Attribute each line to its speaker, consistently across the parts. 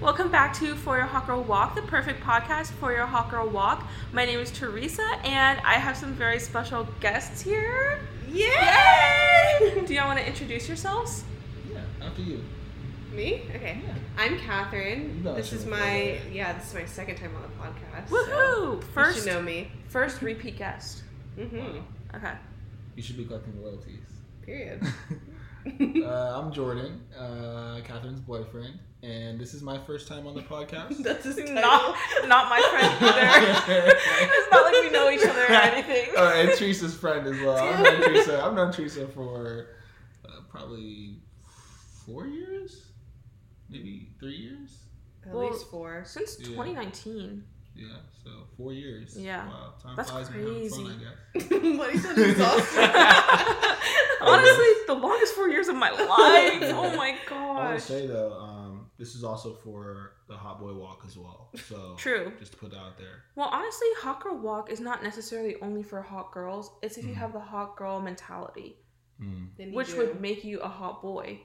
Speaker 1: welcome back to For Your Hot Girl Walk, the perfect podcast for your Hot Girl Walk. My name is Teresa, and I have some very special guests here. Yay! Do y'all want to introduce yourselves?
Speaker 2: Yeah, after you.
Speaker 3: Me? Okay.
Speaker 2: Yeah.
Speaker 3: I'm Catherine.
Speaker 2: You know
Speaker 3: This
Speaker 2: she
Speaker 3: is
Speaker 2: was
Speaker 3: my
Speaker 2: there.
Speaker 3: yeah. This is my second time on the podcast. so
Speaker 1: Woohoo!
Speaker 3: you
Speaker 1: First,
Speaker 3: should know me.
Speaker 1: first repeat guest. Hmm.
Speaker 3: Mm-hmm.
Speaker 1: Okay.
Speaker 2: You should be collecting royalties.
Speaker 3: Period.
Speaker 2: uh, I'm Jordan, uh, Catherine's boyfriend, and this is my first time on the podcast.
Speaker 3: That's his title.
Speaker 1: Not, not my friend either. it's not like we know each other or anything.
Speaker 2: oh, and Teresa's friend as well. I've known Teresa. I've known Teresa for uh, probably four years, maybe three years.
Speaker 3: At
Speaker 1: Well-
Speaker 3: least four.
Speaker 1: Since
Speaker 2: Yeah.
Speaker 1: 2019.
Speaker 2: Yeah, so four years.
Speaker 1: Yeah.
Speaker 2: wow, time
Speaker 1: That's
Speaker 2: flies when you're having fun,
Speaker 1: crazy.
Speaker 2: I guess.
Speaker 3: what he said is
Speaker 1: Honestly, the longest four years of my life. Oh my
Speaker 2: I want
Speaker 1: gosh.
Speaker 2: to say though, um, this is also for the hot boy walk as well. So
Speaker 1: True.
Speaker 2: Just to put that out there.
Speaker 1: Well, honestly, hot girl walk is not necessarily only for hot girls. It's if you
Speaker 2: Mhm.
Speaker 1: have the hot girl mentality,
Speaker 2: Mm.
Speaker 3: Then you
Speaker 1: which
Speaker 3: do.
Speaker 1: would make you a hot boy.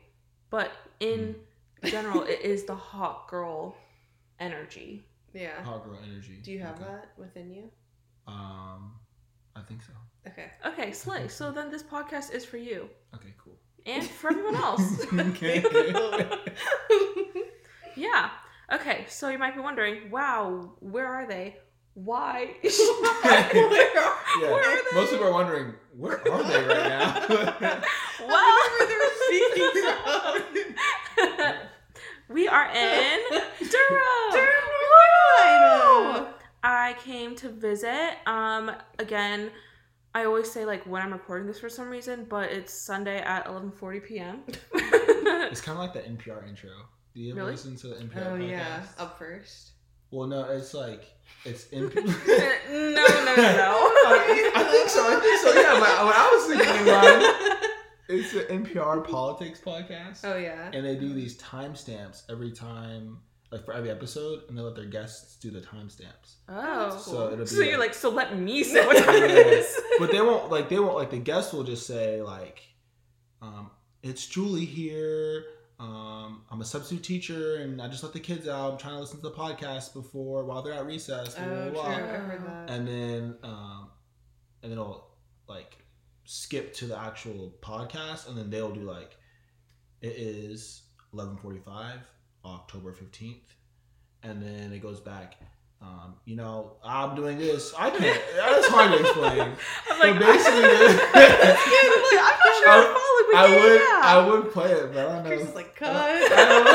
Speaker 1: But in general, it is the hot girl energy.
Speaker 3: yeah.
Speaker 2: Hot girl energy.
Speaker 3: Uh, Do you have
Speaker 2: Oh, Okay.
Speaker 3: that within you?
Speaker 2: Um, I think so.
Speaker 3: Okay.
Speaker 1: Okay, slay. So then this podcast is for you
Speaker 2: Okay, cool.
Speaker 1: and for everyone else. yeah. Okay, so you might be wondering, wow, where are they? Why?
Speaker 2: Yeah.
Speaker 1: Where are they?
Speaker 2: Most people are wondering where are they right now.
Speaker 3: I remember their seats.
Speaker 1: we are in Durham.
Speaker 3: Durham,
Speaker 1: Woo!
Speaker 3: Carolina.
Speaker 1: I came to visit. Um, again, I always say like when I'm recording this for some reason, but it's Sunday at 11:40 p.m.
Speaker 2: it's kind of like the NPR intro. Do you ever
Speaker 1: Really?
Speaker 2: listen to the NPR
Speaker 3: Oh
Speaker 2: podcast?
Speaker 3: yeah. Up first.
Speaker 2: Well, no, it's like it's NPR.
Speaker 1: no, no, no,
Speaker 2: I, I think so. I think so. Yeah, but what I was thinking in mind, it's the NPR politics podcast.
Speaker 3: Oh yeah.
Speaker 2: and they do these timestamps every time, like for every episode, and they let their guests do the timestamps.
Speaker 1: no. Oh.
Speaker 3: That's
Speaker 2: So it'll be
Speaker 1: So you're like, so let me say what time it is.
Speaker 2: but they won't like they won't like the guests will just say like, um, it's Julie here. Um, I'm a substitute teacher, and I just let the kids out. I'm trying to listen to the podcast before while they're at recess. blah,
Speaker 3: Oh,
Speaker 2: blah,
Speaker 3: true.
Speaker 2: blah."
Speaker 3: I heard that.
Speaker 2: And then, um, and then it'll like skip to the actual podcast, and then they'll do like, it is eleven forty five, October fifteenth, and then it goes back. Um, you know, I'm doing this. I can't. That's hard to explain.
Speaker 1: I'm
Speaker 2: So
Speaker 1: like,
Speaker 2: basically,
Speaker 1: I'm not sure I'm following. but
Speaker 2: I
Speaker 1: yeah,
Speaker 2: would,
Speaker 1: yeah.
Speaker 2: I would play it, but I don't
Speaker 3: Chris is
Speaker 2: know.
Speaker 3: like,
Speaker 2: I
Speaker 3: cut.
Speaker 2: don't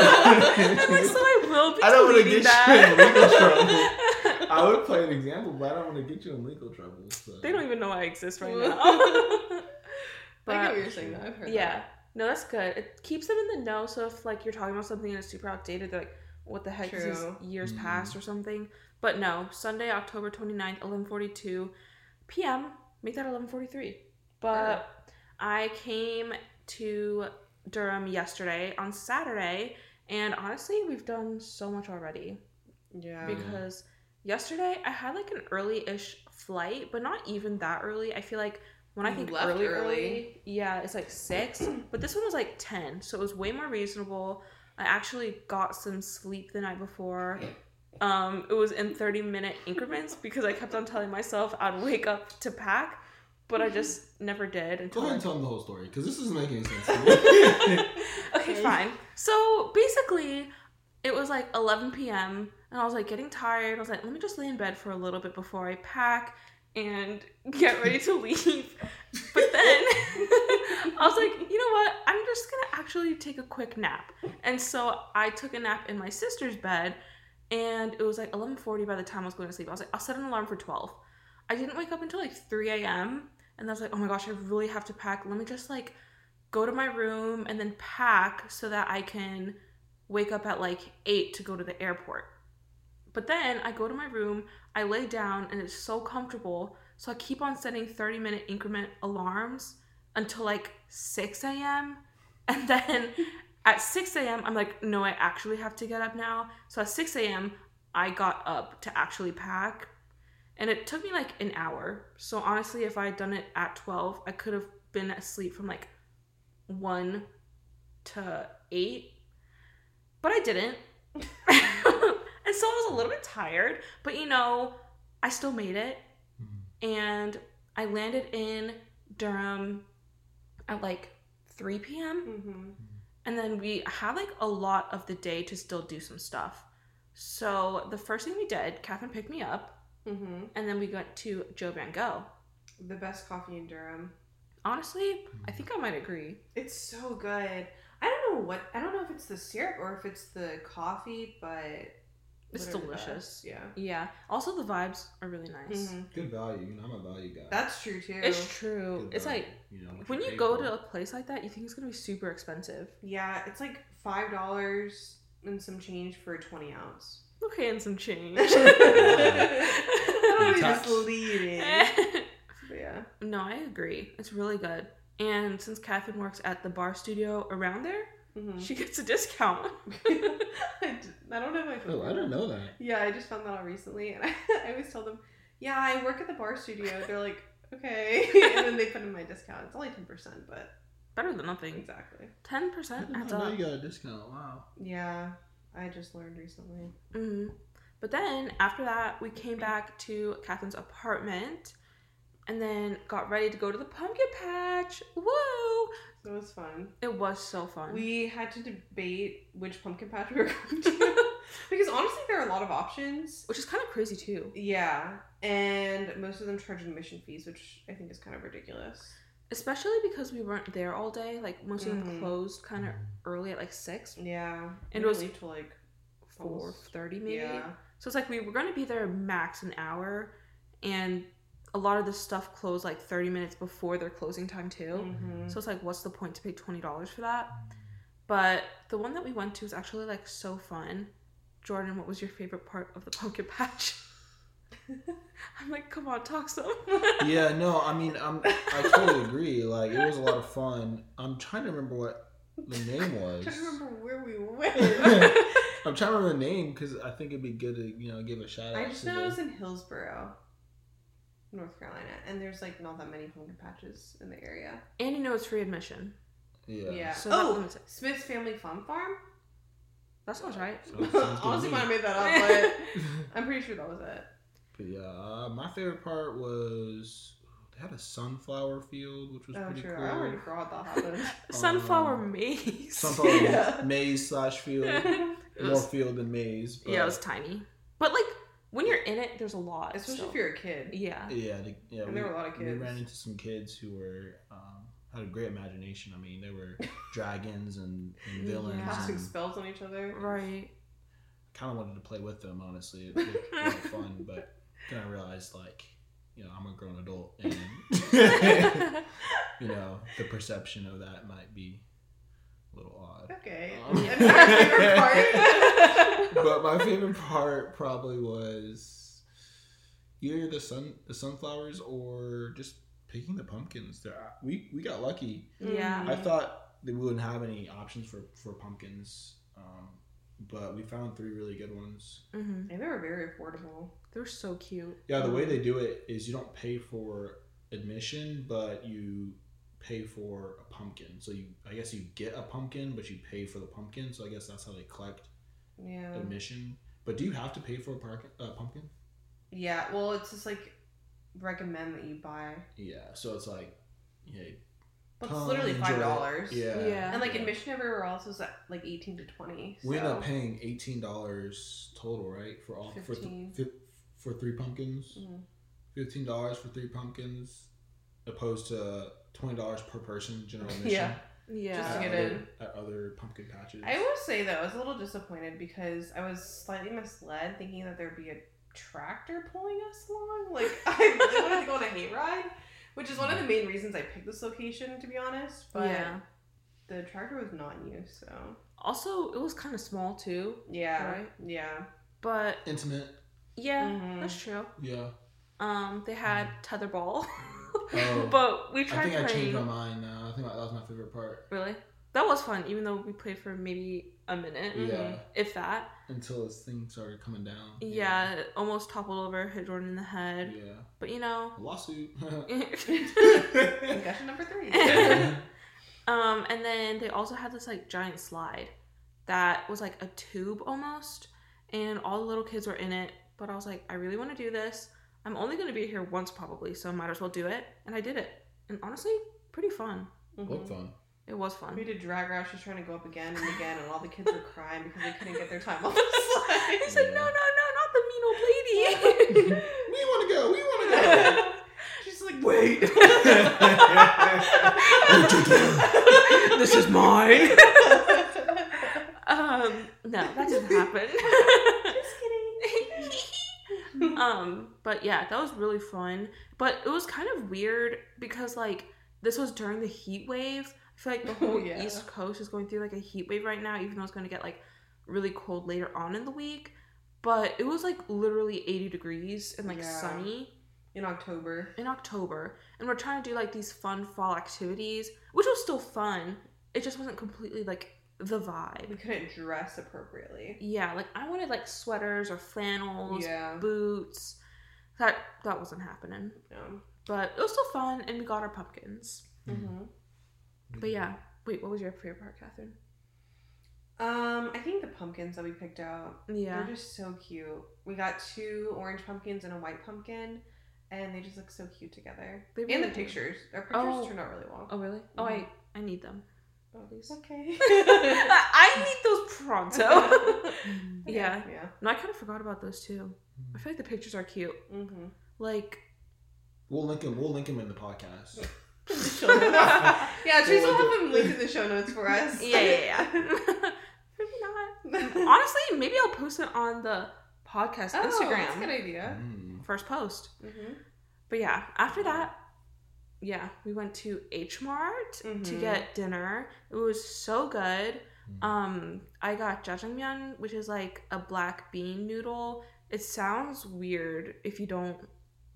Speaker 1: I'm like, so I will be
Speaker 2: I don't wanna
Speaker 1: deleting
Speaker 2: get
Speaker 1: that.
Speaker 2: I would play an example, but I don't want to get you in legal trouble. So.
Speaker 1: they don't even know I exist right
Speaker 3: Well.
Speaker 1: now.
Speaker 3: I get
Speaker 1: But-
Speaker 3: what you're saying. Though. I've heard
Speaker 1: Yeah. No, that's good. It keeps them in the know. So if like you're talking about something and it's super outdated, they're like, what the heck? 'cause it's
Speaker 3: True.
Speaker 1: years
Speaker 2: Mhm.
Speaker 1: past or something. But no, Sunday, October 29th, 11:42 p.m. Make that 11:43. But
Speaker 3: Oh.
Speaker 1: I came to Durham yesterday on Saturday, and honestly, we've done so much already
Speaker 3: that. Yeah.
Speaker 2: Big-
Speaker 1: because yesterday I had like an early-ish flight, but not even that early. I feel like when I
Speaker 3: You
Speaker 1: think
Speaker 3: left
Speaker 1: early,
Speaker 3: early.
Speaker 1: early, yeah, it's like six, but this one was like ten, so it was way more reasonable. I actually got some sleep the night before. Um, it was in thirty-minute increments because I kept on telling myself I'd wake up to pack, but I just never did. Until
Speaker 3: Oh
Speaker 2: Go ahead
Speaker 1: I
Speaker 2: and tell them the whole story because this isn't making any sense. To me.
Speaker 1: okay,
Speaker 3: Okay.
Speaker 1: fine. So basically, it was like 11 p.m. and I was like getting tired. I was like, let me just lay in bed for a little bit before I pack and get ready to leave. But then I was like, you know what? I'm just gonna actually take a quick nap. And so I took a nap in my sister's bed, and it was like 11:40 by the time I was going to sleep. I was like, I'll set an alarm for 12. I didn't wake up until like 3 a.m. And I was like, oh my gosh, I really have to pack. Let me just like go to my room and then pack so that I can wake up at like 8 to go to the airport. But then I go to my room, I lay down, and it's so comfortable. So I keep on setting 30 minute increment alarms until like 6 a.m. And then at 6 a.m., I'm like, no, I actually have to get up now. So at 6 a.m., I got up to actually pack. And it took me like an hour. So honestly, if I had done it at 12, I could have been asleep from like 1 to 8. But I didn't. still was a little bit tired, but you know, I still made it.
Speaker 2: Mhm.
Speaker 1: And I landed in Durham at like 3 p.m.
Speaker 3: Mm-hmm.
Speaker 1: And then we had like a lot of the day to still do some stuff. So the first thing we did, Catherine picked me up,
Speaker 3: Mm-hmm.
Speaker 1: and then we went to Joe Van Gogh.
Speaker 3: The best coffee in Durham.
Speaker 1: Honestly, I think I might agree.
Speaker 3: It's so good. I don't know what I don't know if it's the syrup or if it's the coffee, but
Speaker 1: It's
Speaker 3: what are the
Speaker 1: delicious.
Speaker 3: best? Yeah.
Speaker 1: Yeah. Also, the vibes are really nice.
Speaker 3: Mhm.
Speaker 2: Good value. You know, I'm a value guy.
Speaker 3: That's true too.
Speaker 1: It's true.
Speaker 2: Good
Speaker 1: It's
Speaker 2: value,
Speaker 1: like
Speaker 2: you know, what
Speaker 1: when you
Speaker 2: pay
Speaker 1: go
Speaker 2: for.
Speaker 1: to a place like that, you think it's gonna be super expensive.
Speaker 3: Yeah, it's like five dollars and some change for a twenty ounce.
Speaker 1: Okay, and some change.
Speaker 3: That would be
Speaker 2: Tax.
Speaker 3: misleading. But yeah.
Speaker 1: no, I agree. It's really good. And since Catherine works at the bar studio around there,
Speaker 3: Mhm.
Speaker 1: she gets a discount.
Speaker 3: I d- I don't know if I.
Speaker 2: Oh,
Speaker 3: told
Speaker 2: I
Speaker 3: you
Speaker 2: didn't
Speaker 3: that.
Speaker 2: know that.
Speaker 3: Yeah, I just found that out recently, and I, I always tell them, "Yeah, I work at the bar studio." They're like, "Okay," and then they put in my discount. It's only ten percent, but
Speaker 1: Better than nothing.
Speaker 3: exactly.
Speaker 1: Ten
Speaker 2: I
Speaker 1: percent
Speaker 2: didn't
Speaker 1: adds
Speaker 2: know
Speaker 1: up.
Speaker 2: you got a discount. Wow.
Speaker 3: Yeah, I just learned recently.
Speaker 1: hmm But then after that, we came back to Catherine's apartment, and then got ready to go to the pumpkin patch. Woo!
Speaker 3: So it was fun.
Speaker 1: It was so fun.
Speaker 3: We had to debate which pumpkin patch we were going to because honestly, there are a lot of options.
Speaker 1: which is kind of crazy too,
Speaker 3: Yeah, and most of them charge admission fees, which I think is kind of ridiculous.
Speaker 1: especially because we weren't there all day. Like most of them
Speaker 3: Mhm.
Speaker 1: closed kind of early at like six,
Speaker 3: Yeah,
Speaker 1: And
Speaker 3: we
Speaker 1: it was-
Speaker 3: leave till like
Speaker 1: four
Speaker 3: Almost.
Speaker 1: thirty maybe.
Speaker 3: yeah.
Speaker 1: So it's like we were gonna be there max an hour, and a lot of the stuff closed like thirty minutes before their closing time too.
Speaker 3: Mhm.
Speaker 1: So it's like, what's the point to pay twenty dollars for that? But the one that we went to was actually like so fun. Jordan, what was your favorite part of the pumpkin patch? I'm like, come on, talk some.
Speaker 2: yeah, no, I mean, I'm, I totally agree. Like, it was a lot of fun. I'm trying to remember what the name was.
Speaker 3: trying to remember where we went.
Speaker 2: I'm trying to remember the name because I think it'd be good to, you know, give a shout out.
Speaker 3: I just
Speaker 2: to
Speaker 3: know it
Speaker 2: the-
Speaker 3: was in Hillsboro, North Carolina, and there's like not that many pumpkin patches in the area.
Speaker 1: and you know it's free admission.
Speaker 2: Yeah.
Speaker 3: Yeah.
Speaker 1: So that
Speaker 3: oh,
Speaker 1: limits it.
Speaker 3: Smith's Family Fun Farm.
Speaker 1: That sounds right.
Speaker 2: Sounds- sounds good
Speaker 3: Honestly,
Speaker 2: to
Speaker 3: might have
Speaker 2: me.
Speaker 3: made that up, but I'm pretty sure that was it.
Speaker 2: But yeah, uh, my favorite part was they had a sunflower field, which was
Speaker 3: oh,
Speaker 2: pretty
Speaker 3: sure. I already
Speaker 2: cool.
Speaker 3: forgot that happened.
Speaker 1: Sunflower
Speaker 2: Um,
Speaker 1: maze.
Speaker 2: Sunflower
Speaker 3: Yeah.
Speaker 2: maze slash field,
Speaker 1: it
Speaker 2: more
Speaker 1: was,
Speaker 2: field than maze. But
Speaker 1: yeah, it was tiny. But like when you're in it, there's a lot.
Speaker 3: Especially
Speaker 1: so-
Speaker 3: if you're a kid.
Speaker 1: Yeah.
Speaker 2: yeah, the- yeah.
Speaker 3: And
Speaker 2: we-
Speaker 3: there were a lot of
Speaker 2: We
Speaker 3: kids.
Speaker 2: ran into some kids who were um, had a great imagination. I mean, they were dragons and, and villains.
Speaker 1: Yeah.
Speaker 3: Casting
Speaker 2: And
Speaker 3: spells on each other.
Speaker 1: Right.
Speaker 2: kind of wanted to play with them, honestly. It, it was a lot of fun, but then I realized, like, you know, I'm a grown adult, and
Speaker 1: Mm-hmm.
Speaker 2: you know, the perception of that might be a little odd.
Speaker 3: Okay. And
Speaker 2: Um.
Speaker 3: my favorite part.
Speaker 2: But my favorite part probably was either the sun, the sunflowers, or just picking the pumpkins. There, we we got lucky.
Speaker 1: Yeah.
Speaker 3: Mm. Uh-huh.
Speaker 2: I thought that we wouldn't have any options for for pumpkins, um, but we found three really good ones.
Speaker 1: hmm
Speaker 3: And they were very affordable.
Speaker 1: They're so cute.
Speaker 2: Yeah, the way they do it is you don't pay for admission, but you pay for a pumpkin. So you, I guess, you get a pumpkin, but you pay for the pumpkin. So I guess that's how they collect
Speaker 3: Yeah.
Speaker 2: admission. But do you have to pay for a park, uh, pumpkin?
Speaker 3: Yeah. Well, it's just like recommend that you buy.
Speaker 2: Yeah. So it's like, yeah,
Speaker 3: But it's literally
Speaker 2: Enjoy it.
Speaker 3: five dollars.
Speaker 2: Yeah.
Speaker 1: Yeah.
Speaker 3: And like admission everywhere else is at like eighteen to twenty. So.
Speaker 2: We ended up paying eighteen dollars total, right? For all for th-
Speaker 3: 15.
Speaker 2: fi for three pumpkins,
Speaker 3: Mhm.
Speaker 2: fifteen dollars for three pumpkins, opposed to twenty dollars per person general admission.
Speaker 3: Yeah.
Speaker 1: Yeah.
Speaker 3: Just
Speaker 2: at
Speaker 3: to get
Speaker 2: other,
Speaker 3: in.
Speaker 2: at other pumpkin patches.
Speaker 3: I will say though, I was a little disappointed because I was slightly misled, thinking that there'd be a tractor pulling us along. Like I really wanted to go on a hayride, which is one of the main reasons I picked this location, to be honest. But
Speaker 1: yeah.
Speaker 3: the tractor was not in use, so
Speaker 1: Also, it was kind of small too,
Speaker 3: yeah,
Speaker 1: Right.
Speaker 3: yeah,
Speaker 1: but
Speaker 2: Intimate,
Speaker 1: yeah,
Speaker 2: Mm.
Speaker 3: Mhm.
Speaker 1: that's true.
Speaker 2: yeah.
Speaker 1: Um, they had tetherball,
Speaker 2: Mm. Oh.
Speaker 1: but we
Speaker 2: I
Speaker 1: tried
Speaker 2: think I changed
Speaker 1: playing.
Speaker 2: my mind now. I think that was my favorite part.
Speaker 1: Really, that was fun, even though we played for maybe a minute,
Speaker 2: Yeah,
Speaker 1: if that.
Speaker 2: until this thing started coming down.
Speaker 1: Yeah, it almost toppled over, hit Jordan in the head,
Speaker 2: Yeah.
Speaker 1: but you know.
Speaker 2: Lawsuit.
Speaker 3: Discussion number three. Mm-hmm.
Speaker 1: um, and then they also had this like giant slide that was like a tube almost, and all the little kids were in it. But I was like, I really want to do this. I'm only going to be here once probably, so I might as well do it. And I did it. And honestly, pretty fun.
Speaker 3: Mhm.
Speaker 4: Look fun.
Speaker 1: It was fun.
Speaker 3: We did drag race. She's trying to go up again and again, and all the kids were crying because they couldn't get their time off the slide.
Speaker 1: He's like,
Speaker 4: Yeah.
Speaker 1: no, no, no, not the mean old lady.
Speaker 2: We want to go. We want to go.
Speaker 3: She's like, wait.
Speaker 1: this is mine. Um, no, that didn't happen.
Speaker 3: Just kidding.
Speaker 1: um, but yeah, that was really fun. But it was kind of weird because like this was during the heat wave. I feel like the whole
Speaker 3: Oh, yeah.
Speaker 1: East Coast is going through like a heat wave right now, even though it's going to get like really cold later on in the week. But it was like literally 80 degrees and like
Speaker 3: Yeah.
Speaker 1: sunny
Speaker 3: In October.
Speaker 1: in October, and we're trying to do like these fun fall activities, which was still fun. It just wasn't completely like the
Speaker 3: We
Speaker 1: vibe.
Speaker 3: couldn't dress appropriately.
Speaker 1: Yeah, like I wanted like sweaters or flannels,
Speaker 3: Yeah.
Speaker 1: boots. That that wasn't happening.
Speaker 3: No.
Speaker 1: But it was still fun, and we got our pumpkins.
Speaker 3: hmm
Speaker 1: Mm-hmm. But yeah, wait, what was your favorite part, Catherine?
Speaker 3: Um, I think the pumpkins that we picked out,
Speaker 1: Yeah,
Speaker 3: they're just so cute. We got two orange pumpkins and a white pumpkin, and they just look so cute together.
Speaker 1: They
Speaker 3: and
Speaker 1: really
Speaker 3: the
Speaker 1: do.
Speaker 3: pictures. Our pictures
Speaker 1: Oh.
Speaker 3: turned out really well.
Speaker 1: Oh really? Oh, I I need them. please.
Speaker 3: Okay.
Speaker 1: I need those pronto.
Speaker 3: Okay,
Speaker 1: yeah.
Speaker 3: Yeah.
Speaker 1: No, I kind of forgot about those too. I feel like the pictures are cute.
Speaker 3: Mm-hmm.
Speaker 1: Like
Speaker 2: We'll link him. We'll link him in the podcast.
Speaker 3: yeah, Teresa
Speaker 2: Well,
Speaker 3: will
Speaker 2: I
Speaker 3: have them linked in the show notes for us.
Speaker 1: yeah, yeah, yeah. maybe not. Honestly, maybe I'll post it on the podcast
Speaker 3: Oh, That's a
Speaker 1: Instagram
Speaker 3: good idea.
Speaker 2: Mm.
Speaker 1: first post.
Speaker 3: Mm-hmm.
Speaker 1: But yeah, after that, yeah, we went to H Mart to
Speaker 2: Mm-hmm.
Speaker 3: Mhm.
Speaker 1: get dinner. It was so good.
Speaker 2: Mhm.
Speaker 1: Um, I got jjajangmyeon, which is like a black bean noodle. It sounds weird if you don't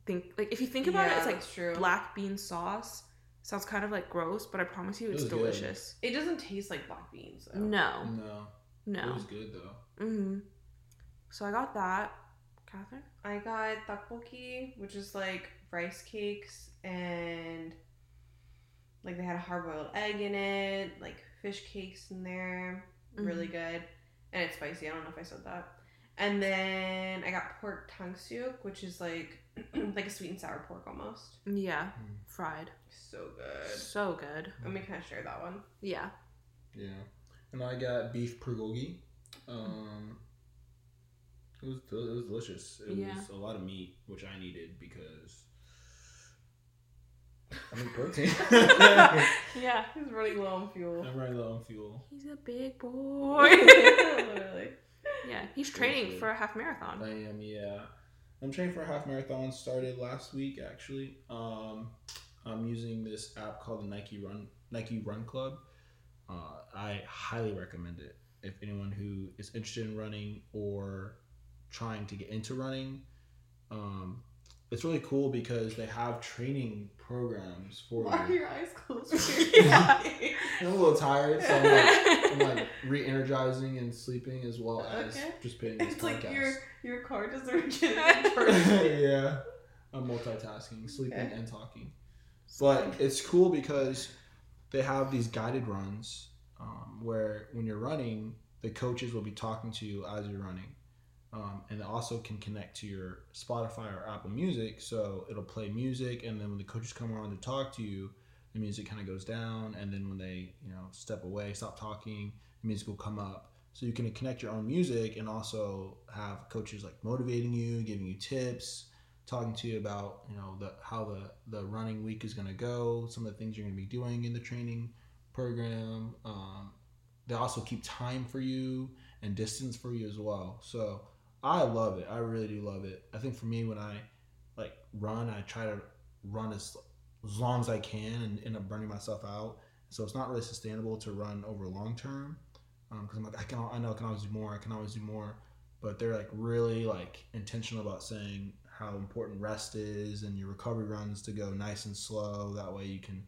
Speaker 1: think like if you think about it, it's like
Speaker 3: true.
Speaker 1: black bean sauce. Sounds kind of like gross, but I promise you,
Speaker 2: It
Speaker 1: it's
Speaker 2: was good.
Speaker 1: delicious.
Speaker 3: It doesn't taste like black beans. Though.
Speaker 1: No,
Speaker 2: No, it
Speaker 1: no.
Speaker 2: was good though.
Speaker 1: Mm-hmm. So I got that, Catherine.
Speaker 3: I got tteokbokki, which is like rice cakes and like they had a hard boiled egg in it, like fish cakes in there. Really
Speaker 1: Mm-hmm.
Speaker 3: good. And it's spicy. I don't know if I said that. And then I got pork tangsuk, which is like like a sweet and sour pork almost.
Speaker 1: Yeah,
Speaker 2: Mm.
Speaker 1: fried.
Speaker 3: So good.
Speaker 1: So good.
Speaker 3: I'm gonna kind of share that one.
Speaker 1: Yeah.
Speaker 2: Yeah, and I got beef pierogi. Um, it was del- it was delicious. It
Speaker 1: Yeah.
Speaker 2: was a lot of meat, which I needed because I need protein.
Speaker 1: Yeah.
Speaker 3: He's running low on fuel.
Speaker 2: I'm running low on fuel.
Speaker 1: He's a big boy.
Speaker 3: Literally.
Speaker 1: yeah, he's training for a half marathon.
Speaker 2: I am, yeah. I'm training for a half marathon. Started last week, actually. Um, I'm using this app called the Nike Run Nike Run Club. Uh, I highly recommend it. If anyone who is interested in running or trying to get into running, um, it's really cool because they have training programs for
Speaker 3: Why are
Speaker 2: you.
Speaker 3: your eyes closed? yeah.
Speaker 2: I'm a little tired, so I'm like, I'm like re-energizing and sleeping as well as
Speaker 3: Okay.
Speaker 2: just putting this
Speaker 3: It's
Speaker 2: podcast.
Speaker 3: like your your car doesn't regenerate. first.
Speaker 2: yeah. I'm multitasking, sleeping
Speaker 3: Okay.
Speaker 2: and talking. But it's cool because they have these guided runs um, where when you're running, the coaches will be talking to you as you're running. Um, and it also can connect to your Spotify or Apple Music. So it'll play music. And then when the coaches come on to talk to you, the music kind of goes down. And then when they, you know, step away, stop talking, the music will come up. So you can connect your own music and also have coaches like motivating you, giving you tips, talking to you about you know the how the the running week is going to go, some of the things you're going to be doing in the training program. Um, they also keep time for you and distance for you as well. So I love it. I really do love it. I think for me when I like run, I try to run as as long as I can and end up burning myself out. So it's not really sustainable to run over long term because I'm like I can I know I can always do more I can always do more but they're like really like intentional about saying how important rest is and your recovery runs to go nice and slow that way you can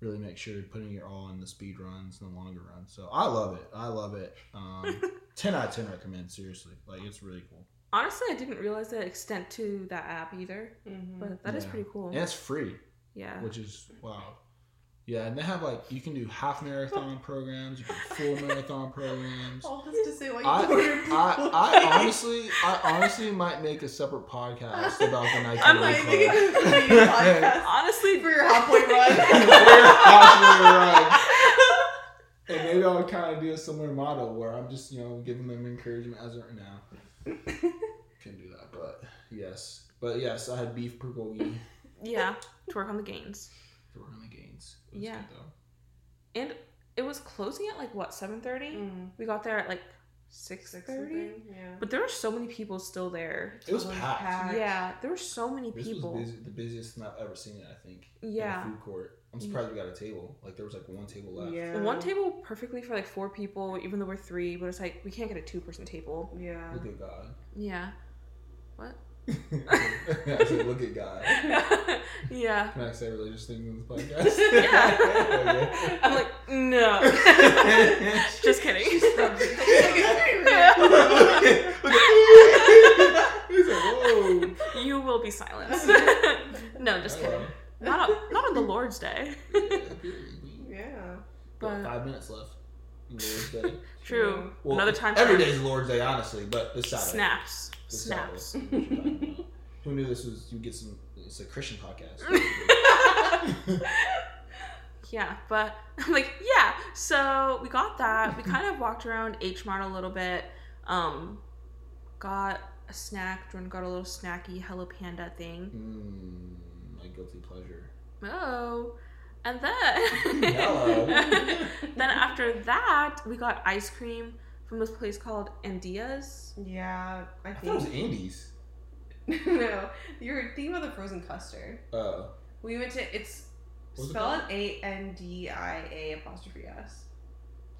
Speaker 2: really make sure you're putting your all in the speed runs and the longer runs so I love it I love it um, 10 out of 10 recommend seriously like it's really cool
Speaker 1: Honestly, I didn't realize the extent to that app either,
Speaker 3: Mhm.
Speaker 1: but that is
Speaker 2: Yeah.
Speaker 1: pretty cool.
Speaker 2: and it's free
Speaker 1: Yeah.
Speaker 2: which is wow Yeah, and they have like you can do half marathon programs, you can do full marathon programs.
Speaker 1: Oh
Speaker 3: All this to say, like,
Speaker 2: I,
Speaker 3: ordered
Speaker 2: I,
Speaker 3: Chipotle.
Speaker 2: I honestly, I honestly might make a separate podcast about the Nike
Speaker 1: I'm
Speaker 2: Run
Speaker 1: like,
Speaker 2: Club.
Speaker 3: making a video podcast
Speaker 1: Honestly,
Speaker 3: for your halfway run.
Speaker 2: We're halfway right. And maybe I'll kind of do a similar model where I'm just, you know, giving them encouragement as of right now. Can do that, but yes, but yes, I had beef bulgogi
Speaker 1: yeah, to work on the gains.
Speaker 2: to work on the gains. It was
Speaker 1: Yeah.
Speaker 2: good, though.
Speaker 1: And it was closing at like what seven thirty.
Speaker 3: Mm,
Speaker 1: We got there at like six
Speaker 3: six
Speaker 1: thirty.
Speaker 3: something, Yeah.
Speaker 1: But there were so many people still there.
Speaker 2: It was
Speaker 3: It was
Speaker 2: packed.
Speaker 3: packed. Packed.
Speaker 1: Yeah, there were so many
Speaker 2: This
Speaker 1: people.
Speaker 2: was busy, the busiest thing I've ever seen it. I think. in a
Speaker 1: Yeah. Mm.
Speaker 2: food court. I'm surprised we got a table. Like there was like one table left.
Speaker 3: Yeah.
Speaker 1: The one table perfectly for like four people, even though we're three, but it's like we can't get a two person table.
Speaker 3: Yeah.
Speaker 2: Look at God.
Speaker 1: Yeah. What?
Speaker 2: I said, look at God.
Speaker 1: yeah.
Speaker 2: Can I say religious things in this
Speaker 1: Yeah.
Speaker 2: podcast?
Speaker 1: I'm like, no.
Speaker 2: Okay.
Speaker 1: Just kidding.
Speaker 2: Look at- look at- He's like, whoa.
Speaker 1: you will be silenced. no, just kidding.
Speaker 2: Hello.
Speaker 1: Not on, not on the Lord's Day.
Speaker 3: yeah.
Speaker 2: Got
Speaker 1: But
Speaker 2: Five minutes left. Lord's Day.
Speaker 1: true.
Speaker 2: Well,
Speaker 1: Another time.
Speaker 2: Every
Speaker 1: for-
Speaker 2: day is Lord's Day, honestly, but this Saturday.
Speaker 1: Snaps.
Speaker 2: This
Speaker 1: Snaps.
Speaker 2: Saturday. Who knew this was? You get some. It's a Christian podcast. Hmm,
Speaker 1: Yeah, but I'm like, yeah. So we got that. We kind of walked around H Mart a little bit. Um, got a snack. Jordan got a little snacky Hello Panda thing.
Speaker 2: mm, my guilty pleasure.
Speaker 1: Oh, and then
Speaker 2: Hello.
Speaker 1: then after that, we got ice cream from this place called Andia's.
Speaker 3: Yeah, I
Speaker 2: I thought it was
Speaker 3: think.
Speaker 2: Andy's.
Speaker 3: no, you're thinking about the frozen custard.
Speaker 2: Oh,
Speaker 3: We went to it's
Speaker 2: What's it
Speaker 3: spelled
Speaker 2: called?
Speaker 3: A N D I A apostrophe S.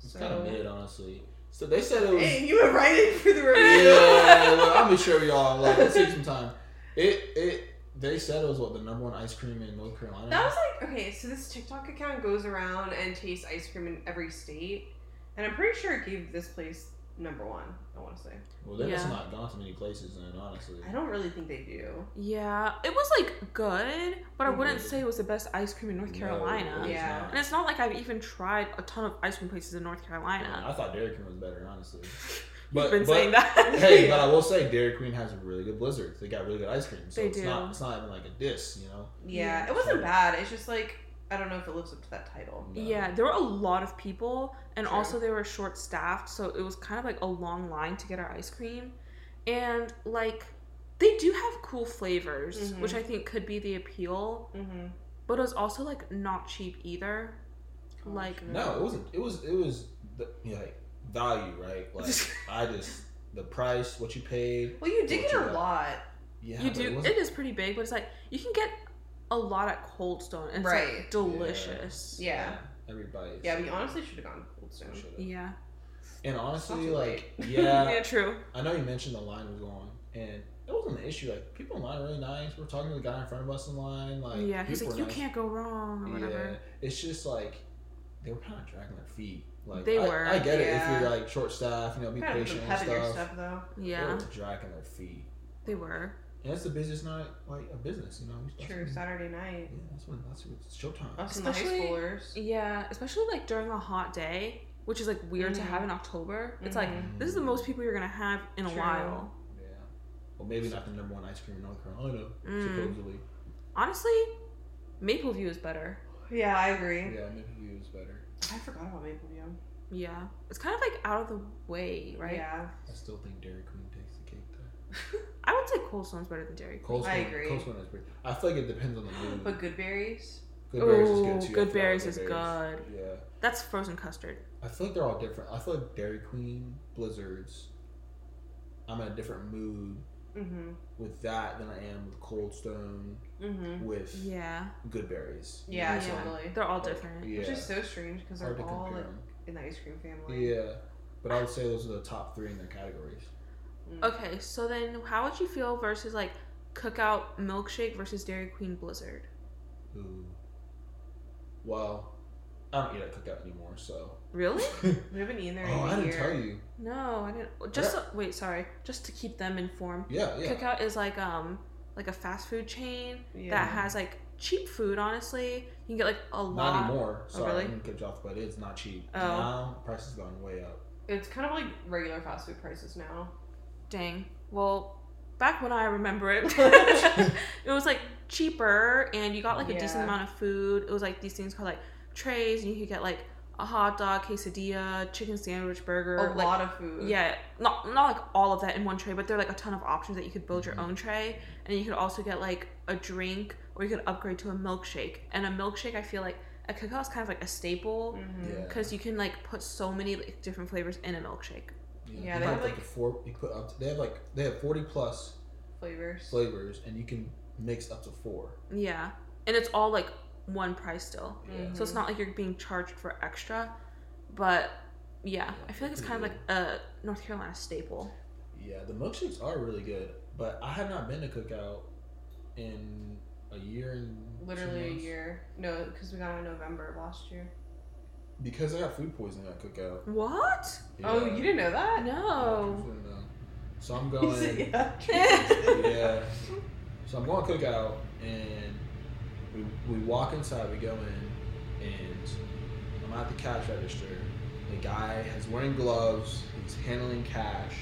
Speaker 2: it's
Speaker 3: So
Speaker 2: kind of mid, honestly. So they said it was.
Speaker 3: Hey, you were right in for the review.
Speaker 2: yeah, well, I'll be sure y'all. Like, let's take some time. It it they said it was what the number one ice cream in North Carolina.
Speaker 3: That was like okay, so this TikTok account goes around and tastes ice cream in every state, and I'm pretty sure it gave this place number one. I want to say
Speaker 2: well, they must
Speaker 1: Yeah.
Speaker 2: have not gone to many places, and honestly,
Speaker 3: I don't really think they do.
Speaker 1: Yeah, it was like good, but I wouldn't
Speaker 2: Mhm.
Speaker 1: say it was the best ice cream in North
Speaker 2: No,
Speaker 1: Carolina.
Speaker 2: it's
Speaker 3: Yeah.
Speaker 2: not.
Speaker 1: And it's not like I've even tried a ton of ice cream places in North Carolina.
Speaker 2: I thought Dairy Queen was better, honestly.
Speaker 1: You've been saying that.
Speaker 2: hey, but I will say Dairy Queen has a really good blizzard. They got really good ice cream, so
Speaker 1: They
Speaker 2: it's
Speaker 1: do.
Speaker 2: not it's not even like a diss, you know.
Speaker 3: Yeah,
Speaker 1: Yeah.
Speaker 3: it wasn't bad. It's just like I don't know if it lives up to that title.
Speaker 2: No.
Speaker 1: Yeah, there were a lot of people, and
Speaker 3: True.
Speaker 1: also they were short staffed, so it was kind of like a long line to get our ice cream. And like, they do have cool flavors,
Speaker 2: Mm-hmm.
Speaker 3: Mhm.
Speaker 1: which I think could be the appeal,
Speaker 2: Mm.
Speaker 3: Mm-hmm.
Speaker 1: but it was also like not cheap either. Like-
Speaker 2: No, it wasn't. It was. It was the, you know, like value, right? Like I just the price, what you paid.
Speaker 3: Well, you did
Speaker 2: What
Speaker 3: get
Speaker 2: you
Speaker 3: a
Speaker 2: got?
Speaker 3: lot.
Speaker 2: Yeah,
Speaker 1: you
Speaker 2: but it
Speaker 1: do,
Speaker 2: wasn't-
Speaker 1: it is pretty big, but it's like you can get a lot at Cold Stone, and it's
Speaker 3: Right.
Speaker 1: like delicious. Yeah.
Speaker 3: Yeah.
Speaker 2: Everybody.
Speaker 3: Yeah, we honestly should have gone Cold Stone.
Speaker 1: Yeah,
Speaker 2: And honestly,
Speaker 3: Sounds
Speaker 2: like,
Speaker 3: great.
Speaker 2: yeah,
Speaker 1: true.
Speaker 2: I know you mentioned the line was long, and it wasn't an issue. Like, people in line are really nice. We're talking to the guy in front of us in line. Like,
Speaker 1: yeah, he's
Speaker 2: people
Speaker 1: like,
Speaker 2: were
Speaker 1: you
Speaker 2: nice.
Speaker 1: can't go wrong or
Speaker 2: Yeah,
Speaker 1: whatever.
Speaker 2: it's just like they were kind of dragging their feet. Like,
Speaker 1: They
Speaker 2: I,
Speaker 1: were,
Speaker 2: I get it
Speaker 3: yeah.
Speaker 2: if you're like short staff, you know, be
Speaker 3: Kind of
Speaker 2: patient and
Speaker 3: pep in your
Speaker 2: stuff.
Speaker 3: stuff though.
Speaker 2: They
Speaker 1: Yeah,
Speaker 2: were dragging their feet.
Speaker 1: they were.
Speaker 2: And it's the business night, like a business, you know. That's
Speaker 3: True,
Speaker 2: when-
Speaker 3: Saturday night.
Speaker 2: Yeah, that's when that's when it's showtime.
Speaker 3: Us and the high
Speaker 1: Especially-
Speaker 3: schoolers.
Speaker 1: Yeah, especially like during a hot day, which is like weird to
Speaker 3: Mhm.
Speaker 2: Mm-hmm.
Speaker 1: have in October. It's like
Speaker 3: Mhm.
Speaker 1: this is the most people you're gonna have in a
Speaker 3: True.
Speaker 1: while.
Speaker 2: Mm, Yeah. Well, maybe not the number one ice cream in North Carolina,
Speaker 1: Mm.
Speaker 2: supposedly.
Speaker 1: Honestly, Maple View is better.
Speaker 3: Yeah, I agree.
Speaker 2: Yeah, maybe he was better.
Speaker 3: I forgot about Maple View.
Speaker 1: Yeah, it's kind of like out of the way, right?
Speaker 3: Yeah.
Speaker 2: I still think Dairy Queen takes the cake though.
Speaker 1: I would say Cold Stone's better than Dairy Queen.
Speaker 2: Cold
Speaker 3: I
Speaker 2: Stone-
Speaker 3: agree.
Speaker 2: Cold Stone is pretty. I feel like it depends on the mood.
Speaker 3: But Good Berries.
Speaker 2: Good berries is
Speaker 1: Ooh,
Speaker 2: good too. I
Speaker 1: Good
Speaker 2: forgot
Speaker 1: Berries
Speaker 2: about
Speaker 1: is
Speaker 2: Berries. Yeah.
Speaker 1: That's frozen custard.
Speaker 2: I feel like they're all different. I feel like Dairy Queen, Blizzards. I'm in a different mood
Speaker 3: Mm-hmm.
Speaker 2: with that than I am with Cold Stone
Speaker 3: Mm-hmm.
Speaker 2: with
Speaker 1: Yeah,
Speaker 2: Good Berries.
Speaker 3: Yeah,
Speaker 1: Yeah.
Speaker 3: totally.
Speaker 1: they're all different.
Speaker 2: Yeah.
Speaker 3: Which is so strange because they're
Speaker 2: Hard to
Speaker 3: all
Speaker 2: compare
Speaker 3: like
Speaker 2: 'em.
Speaker 3: in the ice cream family.
Speaker 2: Yeah, but I would say those are the top three in their categories.
Speaker 3: Mm.
Speaker 1: Okay, so then how would you feel versus like Cookout Milkshake versus Dairy Queen Blizzard?
Speaker 2: Ooh. Well, I don't eat at cookout anymore, so.
Speaker 1: Really?
Speaker 2: oh,
Speaker 3: We haven't eaten there in
Speaker 2: I
Speaker 3: a
Speaker 2: didn't
Speaker 3: year.
Speaker 2: tell you.
Speaker 1: No, I didn't. Just so, wait, sorry. Just to keep them informed.
Speaker 2: Yeah, yeah.
Speaker 1: Cookout is like um like a fast food chain
Speaker 3: Yeah.
Speaker 1: that has like cheap food, honestly. You can get like a lot.
Speaker 2: Not
Speaker 3: Oh,
Speaker 2: anymore. Sorry,
Speaker 1: really?
Speaker 2: I didn't cut you off, but it's not cheap.
Speaker 1: Oh.
Speaker 2: Now prices have gone way up.
Speaker 3: It's kind of like regular fast food prices now.
Speaker 1: Dang. Well, back when I remember it, it was like cheaper and you got like a decent
Speaker 3: Yeah.
Speaker 1: amount of food. It was like these things called like trays and you could get like a hot dog, quesadilla, chicken sandwich, burger.
Speaker 3: A
Speaker 1: like,
Speaker 3: lot of food.
Speaker 1: Yeah, not not like all of that in one tray, but there are like a ton of options that you could build your
Speaker 2: Mhm.
Speaker 3: Mm-hmm.
Speaker 1: own tray, and you could also get like a drink, or you could upgrade to a milkshake. And a milkshake, I feel like a cacao is kind of like a staple
Speaker 3: Mhm.
Speaker 2: Yeah.
Speaker 1: because you can like put so many like, different flavors in a milkshake.
Speaker 2: Yeah,
Speaker 3: Yeah,
Speaker 2: you
Speaker 3: they
Speaker 2: put
Speaker 3: have,
Speaker 2: up, like,
Speaker 3: like-
Speaker 2: a four. You put up. They have like they have forty plus
Speaker 3: Flavors.
Speaker 2: flavors, and you can mix up to four.
Speaker 1: Yeah, and it's all like one price still,
Speaker 2: Yeah.
Speaker 3: Mhm.
Speaker 1: so it's not like you're being charged for extra. But yeah, I feel like it's kind of like a North Carolina staple.
Speaker 2: Yeah, the milkshakes are really good, but I have not been to cookout in a year and two
Speaker 3: Literally a
Speaker 2: months.
Speaker 3: year. No, because we got it in November of last year.
Speaker 2: because I got food poisoning at cookout.
Speaker 1: What?
Speaker 3: Oh,
Speaker 2: Yeah.
Speaker 3: you didn't know that?
Speaker 1: No.
Speaker 2: So I'm
Speaker 3: He said,
Speaker 2: going.
Speaker 3: yeah.
Speaker 2: yeah. So I'm going to cookout, and we, we walk inside. We go in, and I'm at the cash register. The guy is wearing gloves. He's handling cash,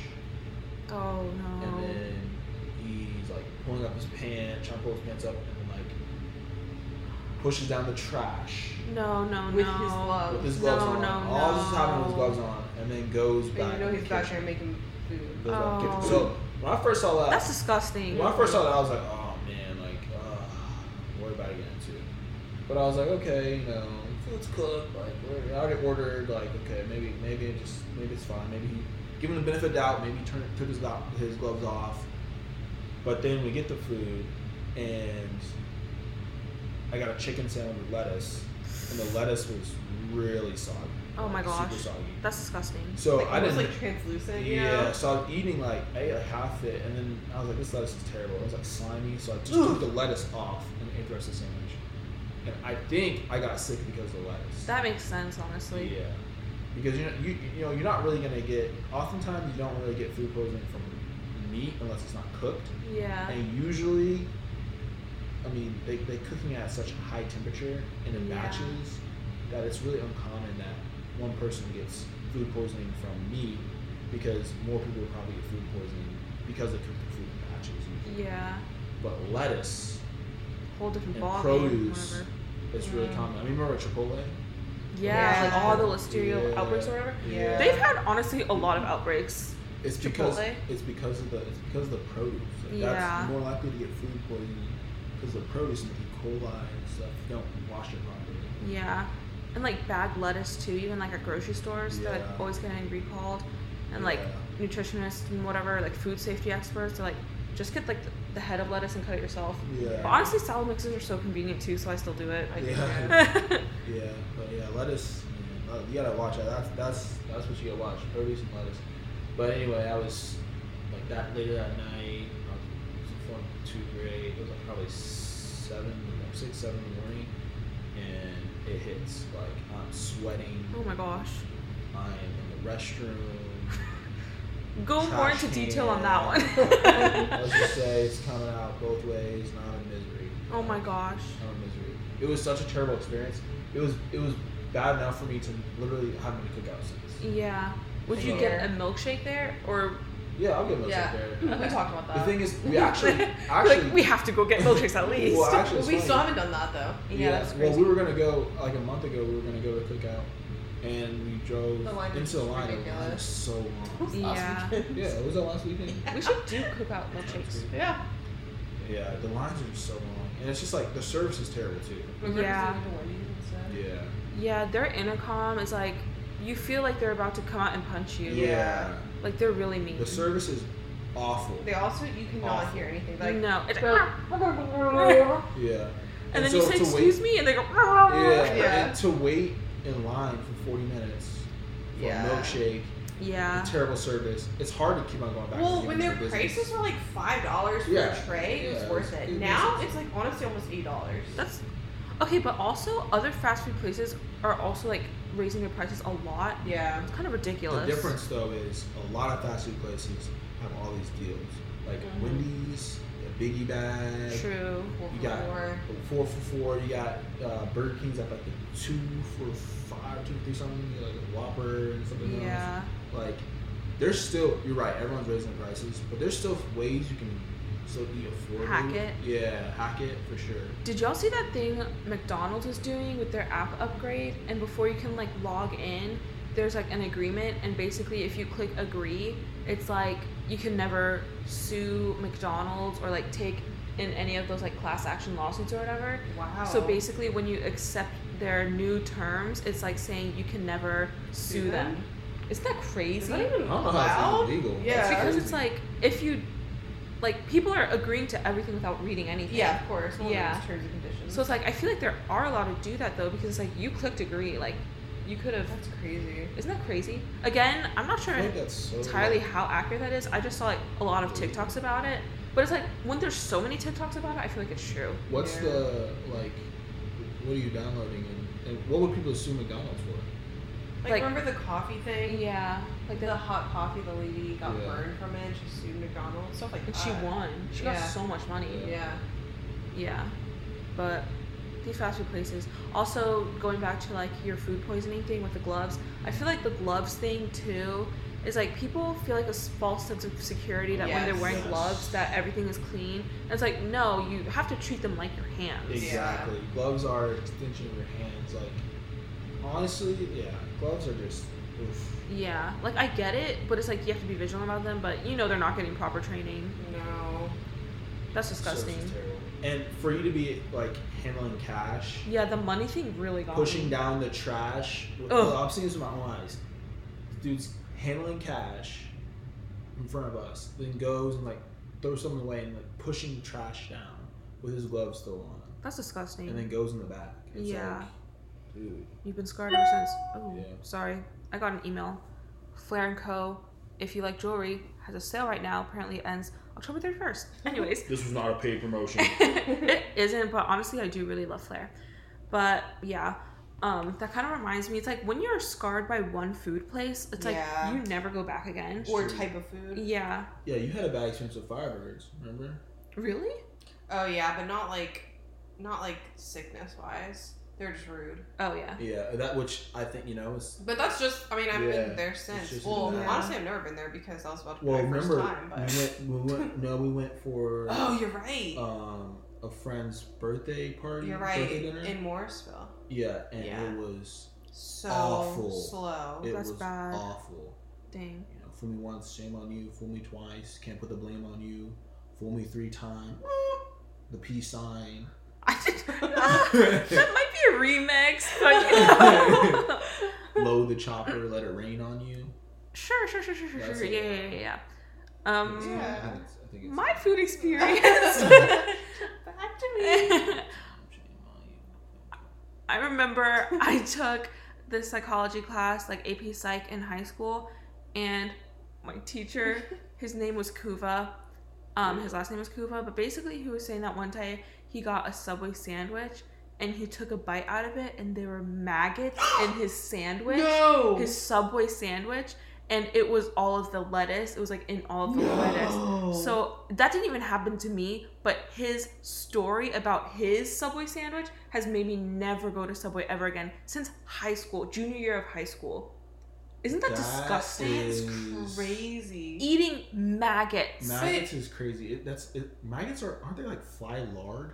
Speaker 1: Oh
Speaker 2: and
Speaker 1: no.
Speaker 2: then he's like pulling up his pants, trying to pull his pants up, and then like pushes down the trash
Speaker 1: No, no,
Speaker 3: With
Speaker 1: no.
Speaker 3: his gloves.
Speaker 2: with his gloves
Speaker 1: Oh, No,
Speaker 2: on.
Speaker 1: no,
Speaker 2: All this is happening with
Speaker 1: no.
Speaker 2: his gloves on, and then goes
Speaker 3: And
Speaker 2: back.
Speaker 3: you know
Speaker 2: in
Speaker 3: he's
Speaker 2: the
Speaker 3: back
Speaker 2: kitchen.
Speaker 3: there making food.
Speaker 2: Goes back in the kitchen.
Speaker 1: Oh.
Speaker 2: So when I first saw that,
Speaker 1: That's disgusting.
Speaker 2: When I first saw that, I was like, oh man, like, uh, worry about it getting into. But I was like, okay, you know, food's cooked. Like, we're- I already ordered. Like, okay, maybe, maybe it just, maybe it's fine. Maybe he, give him the benefit of the doubt. Maybe he turned, took his glo- his gloves off. But then we get the food, and I got a chicken sandwich with lettuce, and the lettuce was really soggy.
Speaker 1: Oh my
Speaker 2: like,
Speaker 1: gosh,
Speaker 2: super soggy.
Speaker 1: that's disgusting.
Speaker 2: So
Speaker 3: like,
Speaker 2: I
Speaker 3: it was
Speaker 2: didn't
Speaker 3: like translucent. you
Speaker 2: yeah.
Speaker 3: know?
Speaker 2: so I was eating like I ate like half it, and then I was like, this lettuce is terrible. It was like slimy, so I just took the lettuce off and ate the rest of the sandwich. And I think I got sick because of the lettuce.
Speaker 1: That makes sense, honestly.
Speaker 2: yeah, because you know you you know you're not really gonna get. Oftentimes you don't really get food poisoning from meat unless it's not cooked,
Speaker 1: Yeah.
Speaker 2: and usually, I mean they they cooking it at such a high temperature and in
Speaker 1: Yeah.
Speaker 2: batches that it's really uncommon that one person gets food poisoning from meat because more people would probably get food poisoning because they cook the food in batches.
Speaker 1: Yeah.
Speaker 2: usually. But lettuce
Speaker 1: Whole different
Speaker 2: And
Speaker 1: ball
Speaker 2: produce.
Speaker 1: Whatever.
Speaker 2: is really
Speaker 3: Mm.
Speaker 2: common. I mean, remember Chipotle?
Speaker 1: Yeah,
Speaker 3: Yeah.
Speaker 1: like all the listeria
Speaker 2: Yeah.
Speaker 1: outbreaks or whatever.
Speaker 3: Yeah.
Speaker 1: They've had honestly a lot of outbreaks.
Speaker 2: It's because
Speaker 1: Chipotle?
Speaker 2: it's because of the it's because of the produce. Like,
Speaker 1: Yeah.
Speaker 2: That's more likely to get food poisoning because of the produce and the E. coli and stuff. You don't wash it properly.
Speaker 1: Yeah. And like bag lettuce too, even like at grocery stores, they're
Speaker 2: Yeah.
Speaker 1: like always getting recalled. And like
Speaker 2: Yeah.
Speaker 1: nutritionists and whatever, like food safety experts, are like, just get like the, the head of lettuce and cut it yourself. But
Speaker 2: yeah,
Speaker 1: honestly, salad mixes are so convenient too, so I still do it.
Speaker 3: I
Speaker 2: Yeah.
Speaker 3: guess, yeah.
Speaker 1: I-
Speaker 2: yeah, but yeah, lettuce. yeah, let- You gotta watch that. That's that's that's what you gotta watch. Produce and lettuce. But anyway, I was like that later that night. um, I was informed to grade. It was like probably seven, six, seven in the morning, and it hits. Like I'm sweating.
Speaker 1: oh my gosh.
Speaker 2: I'm in the restroom.
Speaker 1: Go more into
Speaker 2: Trash
Speaker 1: detail on that
Speaker 2: can. Let's
Speaker 1: one.
Speaker 2: just say it's coming out both ways, and I'm in misery.
Speaker 1: oh my gosh.
Speaker 2: I'm in misery. It was such a terrible experience. It was it was bad enough for me to literally have me cook out since.
Speaker 1: Yeah. Would you get a milkshake there? Or
Speaker 2: Yeah, I'll get milkshake
Speaker 3: Yeah.
Speaker 2: there.
Speaker 3: We talked about that.
Speaker 2: The thing is, we actually actually
Speaker 1: like we have to go get milkshakes at least.
Speaker 2: Well, actually,
Speaker 3: Well,
Speaker 2: it's
Speaker 3: we still
Speaker 2: funny.
Speaker 3: haven't done that though.
Speaker 1: yeah, that's
Speaker 2: well,
Speaker 1: crazy.
Speaker 2: we were gonna go like a month ago. We were gonna go to cookout, and we drove
Speaker 3: The line was
Speaker 2: into the line. and the
Speaker 3: ridiculous.
Speaker 2: line was so long.
Speaker 1: yeah.
Speaker 2: yeah, it was that last weekend.
Speaker 1: We should do cookout milkshakes.
Speaker 3: Yeah.
Speaker 2: Yeah, the lines are just so long, and it's just like the service is terrible too.
Speaker 3: Remember
Speaker 1: Yeah.
Speaker 3: just like the ladies and stuff?
Speaker 2: Yeah.
Speaker 1: Yeah, their intercom is like, you feel like they're about to come out and punch you.
Speaker 2: Yeah.
Speaker 1: Like they're really mean.
Speaker 2: The service is awful.
Speaker 3: They also you cannot
Speaker 2: Awful.
Speaker 3: hear anything. Like
Speaker 1: no. It's,
Speaker 3: go-
Speaker 2: Yeah.
Speaker 1: and then you say, excuse me, and they go, "Ah."
Speaker 2: wait, yeah,
Speaker 3: Yeah.
Speaker 2: And to wait in line for 40 minutes for
Speaker 3: Yeah.
Speaker 2: a milkshake,
Speaker 1: Yeah.
Speaker 2: the terrible service. It's hard to keep on going back.
Speaker 3: Well,
Speaker 2: to
Speaker 3: when
Speaker 2: the
Speaker 3: their
Speaker 2: business.
Speaker 3: prices were like five dollars for
Speaker 2: Yeah.
Speaker 3: a tray, it
Speaker 2: Yeah,
Speaker 3: was worth
Speaker 2: it's-
Speaker 3: it.
Speaker 2: it
Speaker 3: now
Speaker 2: makes
Speaker 3: it's like honestly almost eight dollars.
Speaker 1: That's okay, but also other fast food places are also like raising their prices a lot.
Speaker 3: Yeah.
Speaker 1: It's kind of ridiculous.
Speaker 2: The difference though is a lot of fast food places have all these deals, like
Speaker 3: Mhm.
Speaker 2: Wendy's, Biggie Bag.
Speaker 1: Mm-hmm. True.
Speaker 3: Wolf
Speaker 2: You got-
Speaker 3: War.
Speaker 2: Four for four. You got uh, Burger King's at like a two for five, two for three something. Like a Whopper and something else.
Speaker 1: Yeah.
Speaker 2: like there's still you're right everyone's raising prices but there's still ways you can still eat affordably
Speaker 1: Hack it.
Speaker 2: yeah hack it for sure
Speaker 1: Did y'all see that thing McDonald's is doing with their app upgrade? And before you can like log in, there's like an agreement, and basically if you click agree, it's like you can never sue McDonald's or like take in any of those like class action lawsuits or whatever.
Speaker 3: Wow.
Speaker 1: So basically, when you accept their new terms, it's like saying you can never sue them. Isn't that crazy?
Speaker 3: Is that even
Speaker 2: i don't know how
Speaker 3: allowed?
Speaker 2: it's even legal
Speaker 3: Yeah.
Speaker 1: It's
Speaker 2: That's
Speaker 1: because
Speaker 2: crazy.
Speaker 1: it's like if you like people are agreeing to everything without reading anything.
Speaker 3: Yeah, of course. We'll
Speaker 1: Yeah.
Speaker 3: yeah. Terms and conditions.
Speaker 1: So it's like I feel like there are a lot to do that though because it's like you clicked agree, like you could have.
Speaker 3: that's crazy.
Speaker 1: Isn't that crazy? Again, I'm not sure
Speaker 2: I think that's so
Speaker 1: entirely how accurate that is. I just saw like a lot of TikToks about it, but it's like when there's so many TikToks about it, I feel like it's true.
Speaker 2: what's
Speaker 3: Yeah.
Speaker 2: the like what are you downloading and, and what would people assume mcdonald's for
Speaker 3: Like,
Speaker 1: Like-
Speaker 3: remember the coffee thing?
Speaker 1: Yeah, like
Speaker 3: The
Speaker 1: that.
Speaker 3: hot coffee, the lady got
Speaker 2: Yeah.
Speaker 3: burned from it. She sued McDonald's, stuff like
Speaker 1: And
Speaker 3: that.
Speaker 1: she won. She
Speaker 3: Uh, Yeah.
Speaker 1: got so much money.
Speaker 3: Yeah.
Speaker 1: Yeah, but these fast food places. Also, going back to like your food poisoning thing with the gloves, I feel like the gloves thing too is like people feel like a s- false sense of security that when they're
Speaker 3: Yes.
Speaker 1: wearing
Speaker 2: Yes.
Speaker 1: gloves that everything is clean. And it's like no, you have to treat them like your hands.
Speaker 2: exactly gloves are an extension of your hands like honestly yeah gloves are just oof.
Speaker 1: Yeah, like I get it, but it's like you have to be vigilant about them. But you know they're not getting proper training.
Speaker 3: No.
Speaker 1: That's
Speaker 2: service is
Speaker 1: disgusting.
Speaker 2: terrible. and for you to be like handling cash
Speaker 1: Yeah, the money thing really got
Speaker 2: pushing
Speaker 1: me.
Speaker 2: down the trash.
Speaker 1: Ugh.
Speaker 2: I'm seeing this with my own eyes. Dude's handling cash in front of us, then goes and like throws something away and like pushing trash down with his gloves still on,
Speaker 1: That's disgusting.
Speaker 2: and then goes in the back. It's
Speaker 1: Yeah.
Speaker 2: Like, dude.
Speaker 1: You've been scarred ever since. Oh,
Speaker 2: Yeah.
Speaker 1: sorry. I got an email. Flair and Co. If you like jewelry, has a sale right now. Apparently, it ends October thirty first. Anyways,
Speaker 2: This was not a paid promotion.
Speaker 1: it isn't. But honestly, I do really love Flair. But yeah, um, that kind of reminds me. It's like when you're scarred by one food place, it's
Speaker 3: Yeah.
Speaker 1: like you never go back again.
Speaker 3: Or
Speaker 2: True.
Speaker 3: type of food.
Speaker 1: Yeah.
Speaker 2: yeah, you had a bad experience with Firebirds, remember?
Speaker 1: Really?
Speaker 3: Oh yeah, but not like, not like sickness wise. They're just rude.
Speaker 1: Oh yeah.
Speaker 2: Yeah, uh, that which I think you know is.
Speaker 3: But that's just. I mean, I've
Speaker 2: Yeah,
Speaker 3: been there
Speaker 2: it's
Speaker 3: since.
Speaker 2: just
Speaker 3: Well,
Speaker 1: bad.
Speaker 3: honestly, I've never been there because I was about to
Speaker 2: Well,
Speaker 3: my
Speaker 2: remember
Speaker 3: first time. But
Speaker 2: we went. We went. No, we went for
Speaker 3: oh, you're right.
Speaker 2: um a friend's birthday party.
Speaker 3: you're
Speaker 2: Birthday
Speaker 3: right.
Speaker 2: dinner.
Speaker 3: In Morrisville,
Speaker 2: yeah, and
Speaker 3: Yeah. Oh,
Speaker 2: it was
Speaker 3: so
Speaker 2: Awful.
Speaker 3: slow.
Speaker 2: It
Speaker 1: That's
Speaker 2: was
Speaker 1: bad.
Speaker 2: awful.
Speaker 1: Dang.
Speaker 2: You know, fool me once, shame on you. Fool me twice, can't put the blame on you. Fool me three times, the peace sign.
Speaker 1: I did. that might be a remix, but you know.
Speaker 2: Load the chopper, let it rain on you.
Speaker 1: Sure, sure, sure, sure, sure,
Speaker 2: That's
Speaker 1: sure.
Speaker 2: it.
Speaker 1: Yeah, yeah, yeah, yeah. Um,
Speaker 3: Yeah.
Speaker 2: I think it's, I think it's
Speaker 1: my food experience.
Speaker 3: Back to me.
Speaker 1: I remember I took this psychology class, like AP Psych, in high school, and my teacher, his name was Kuva. Um, his last name was Kuva, but basically he was saying that one day he got a Subway sandwich and he took a bite out of it, and there were maggots in his sandwich.
Speaker 3: No.
Speaker 1: his Subway sandwich, and it was all of the lettuce. It was like in all of the lettuce. So that didn't even happen to me, but his story about his Subway sandwich has made me never go to Subway ever again since high school, junior year of high school. Isn't that,
Speaker 2: That
Speaker 1: disgusting?
Speaker 2: is-
Speaker 3: That's crazy.
Speaker 1: Eating maggots.
Speaker 2: maggots is crazy. It, that's it, maggots are aren't they like fly lard?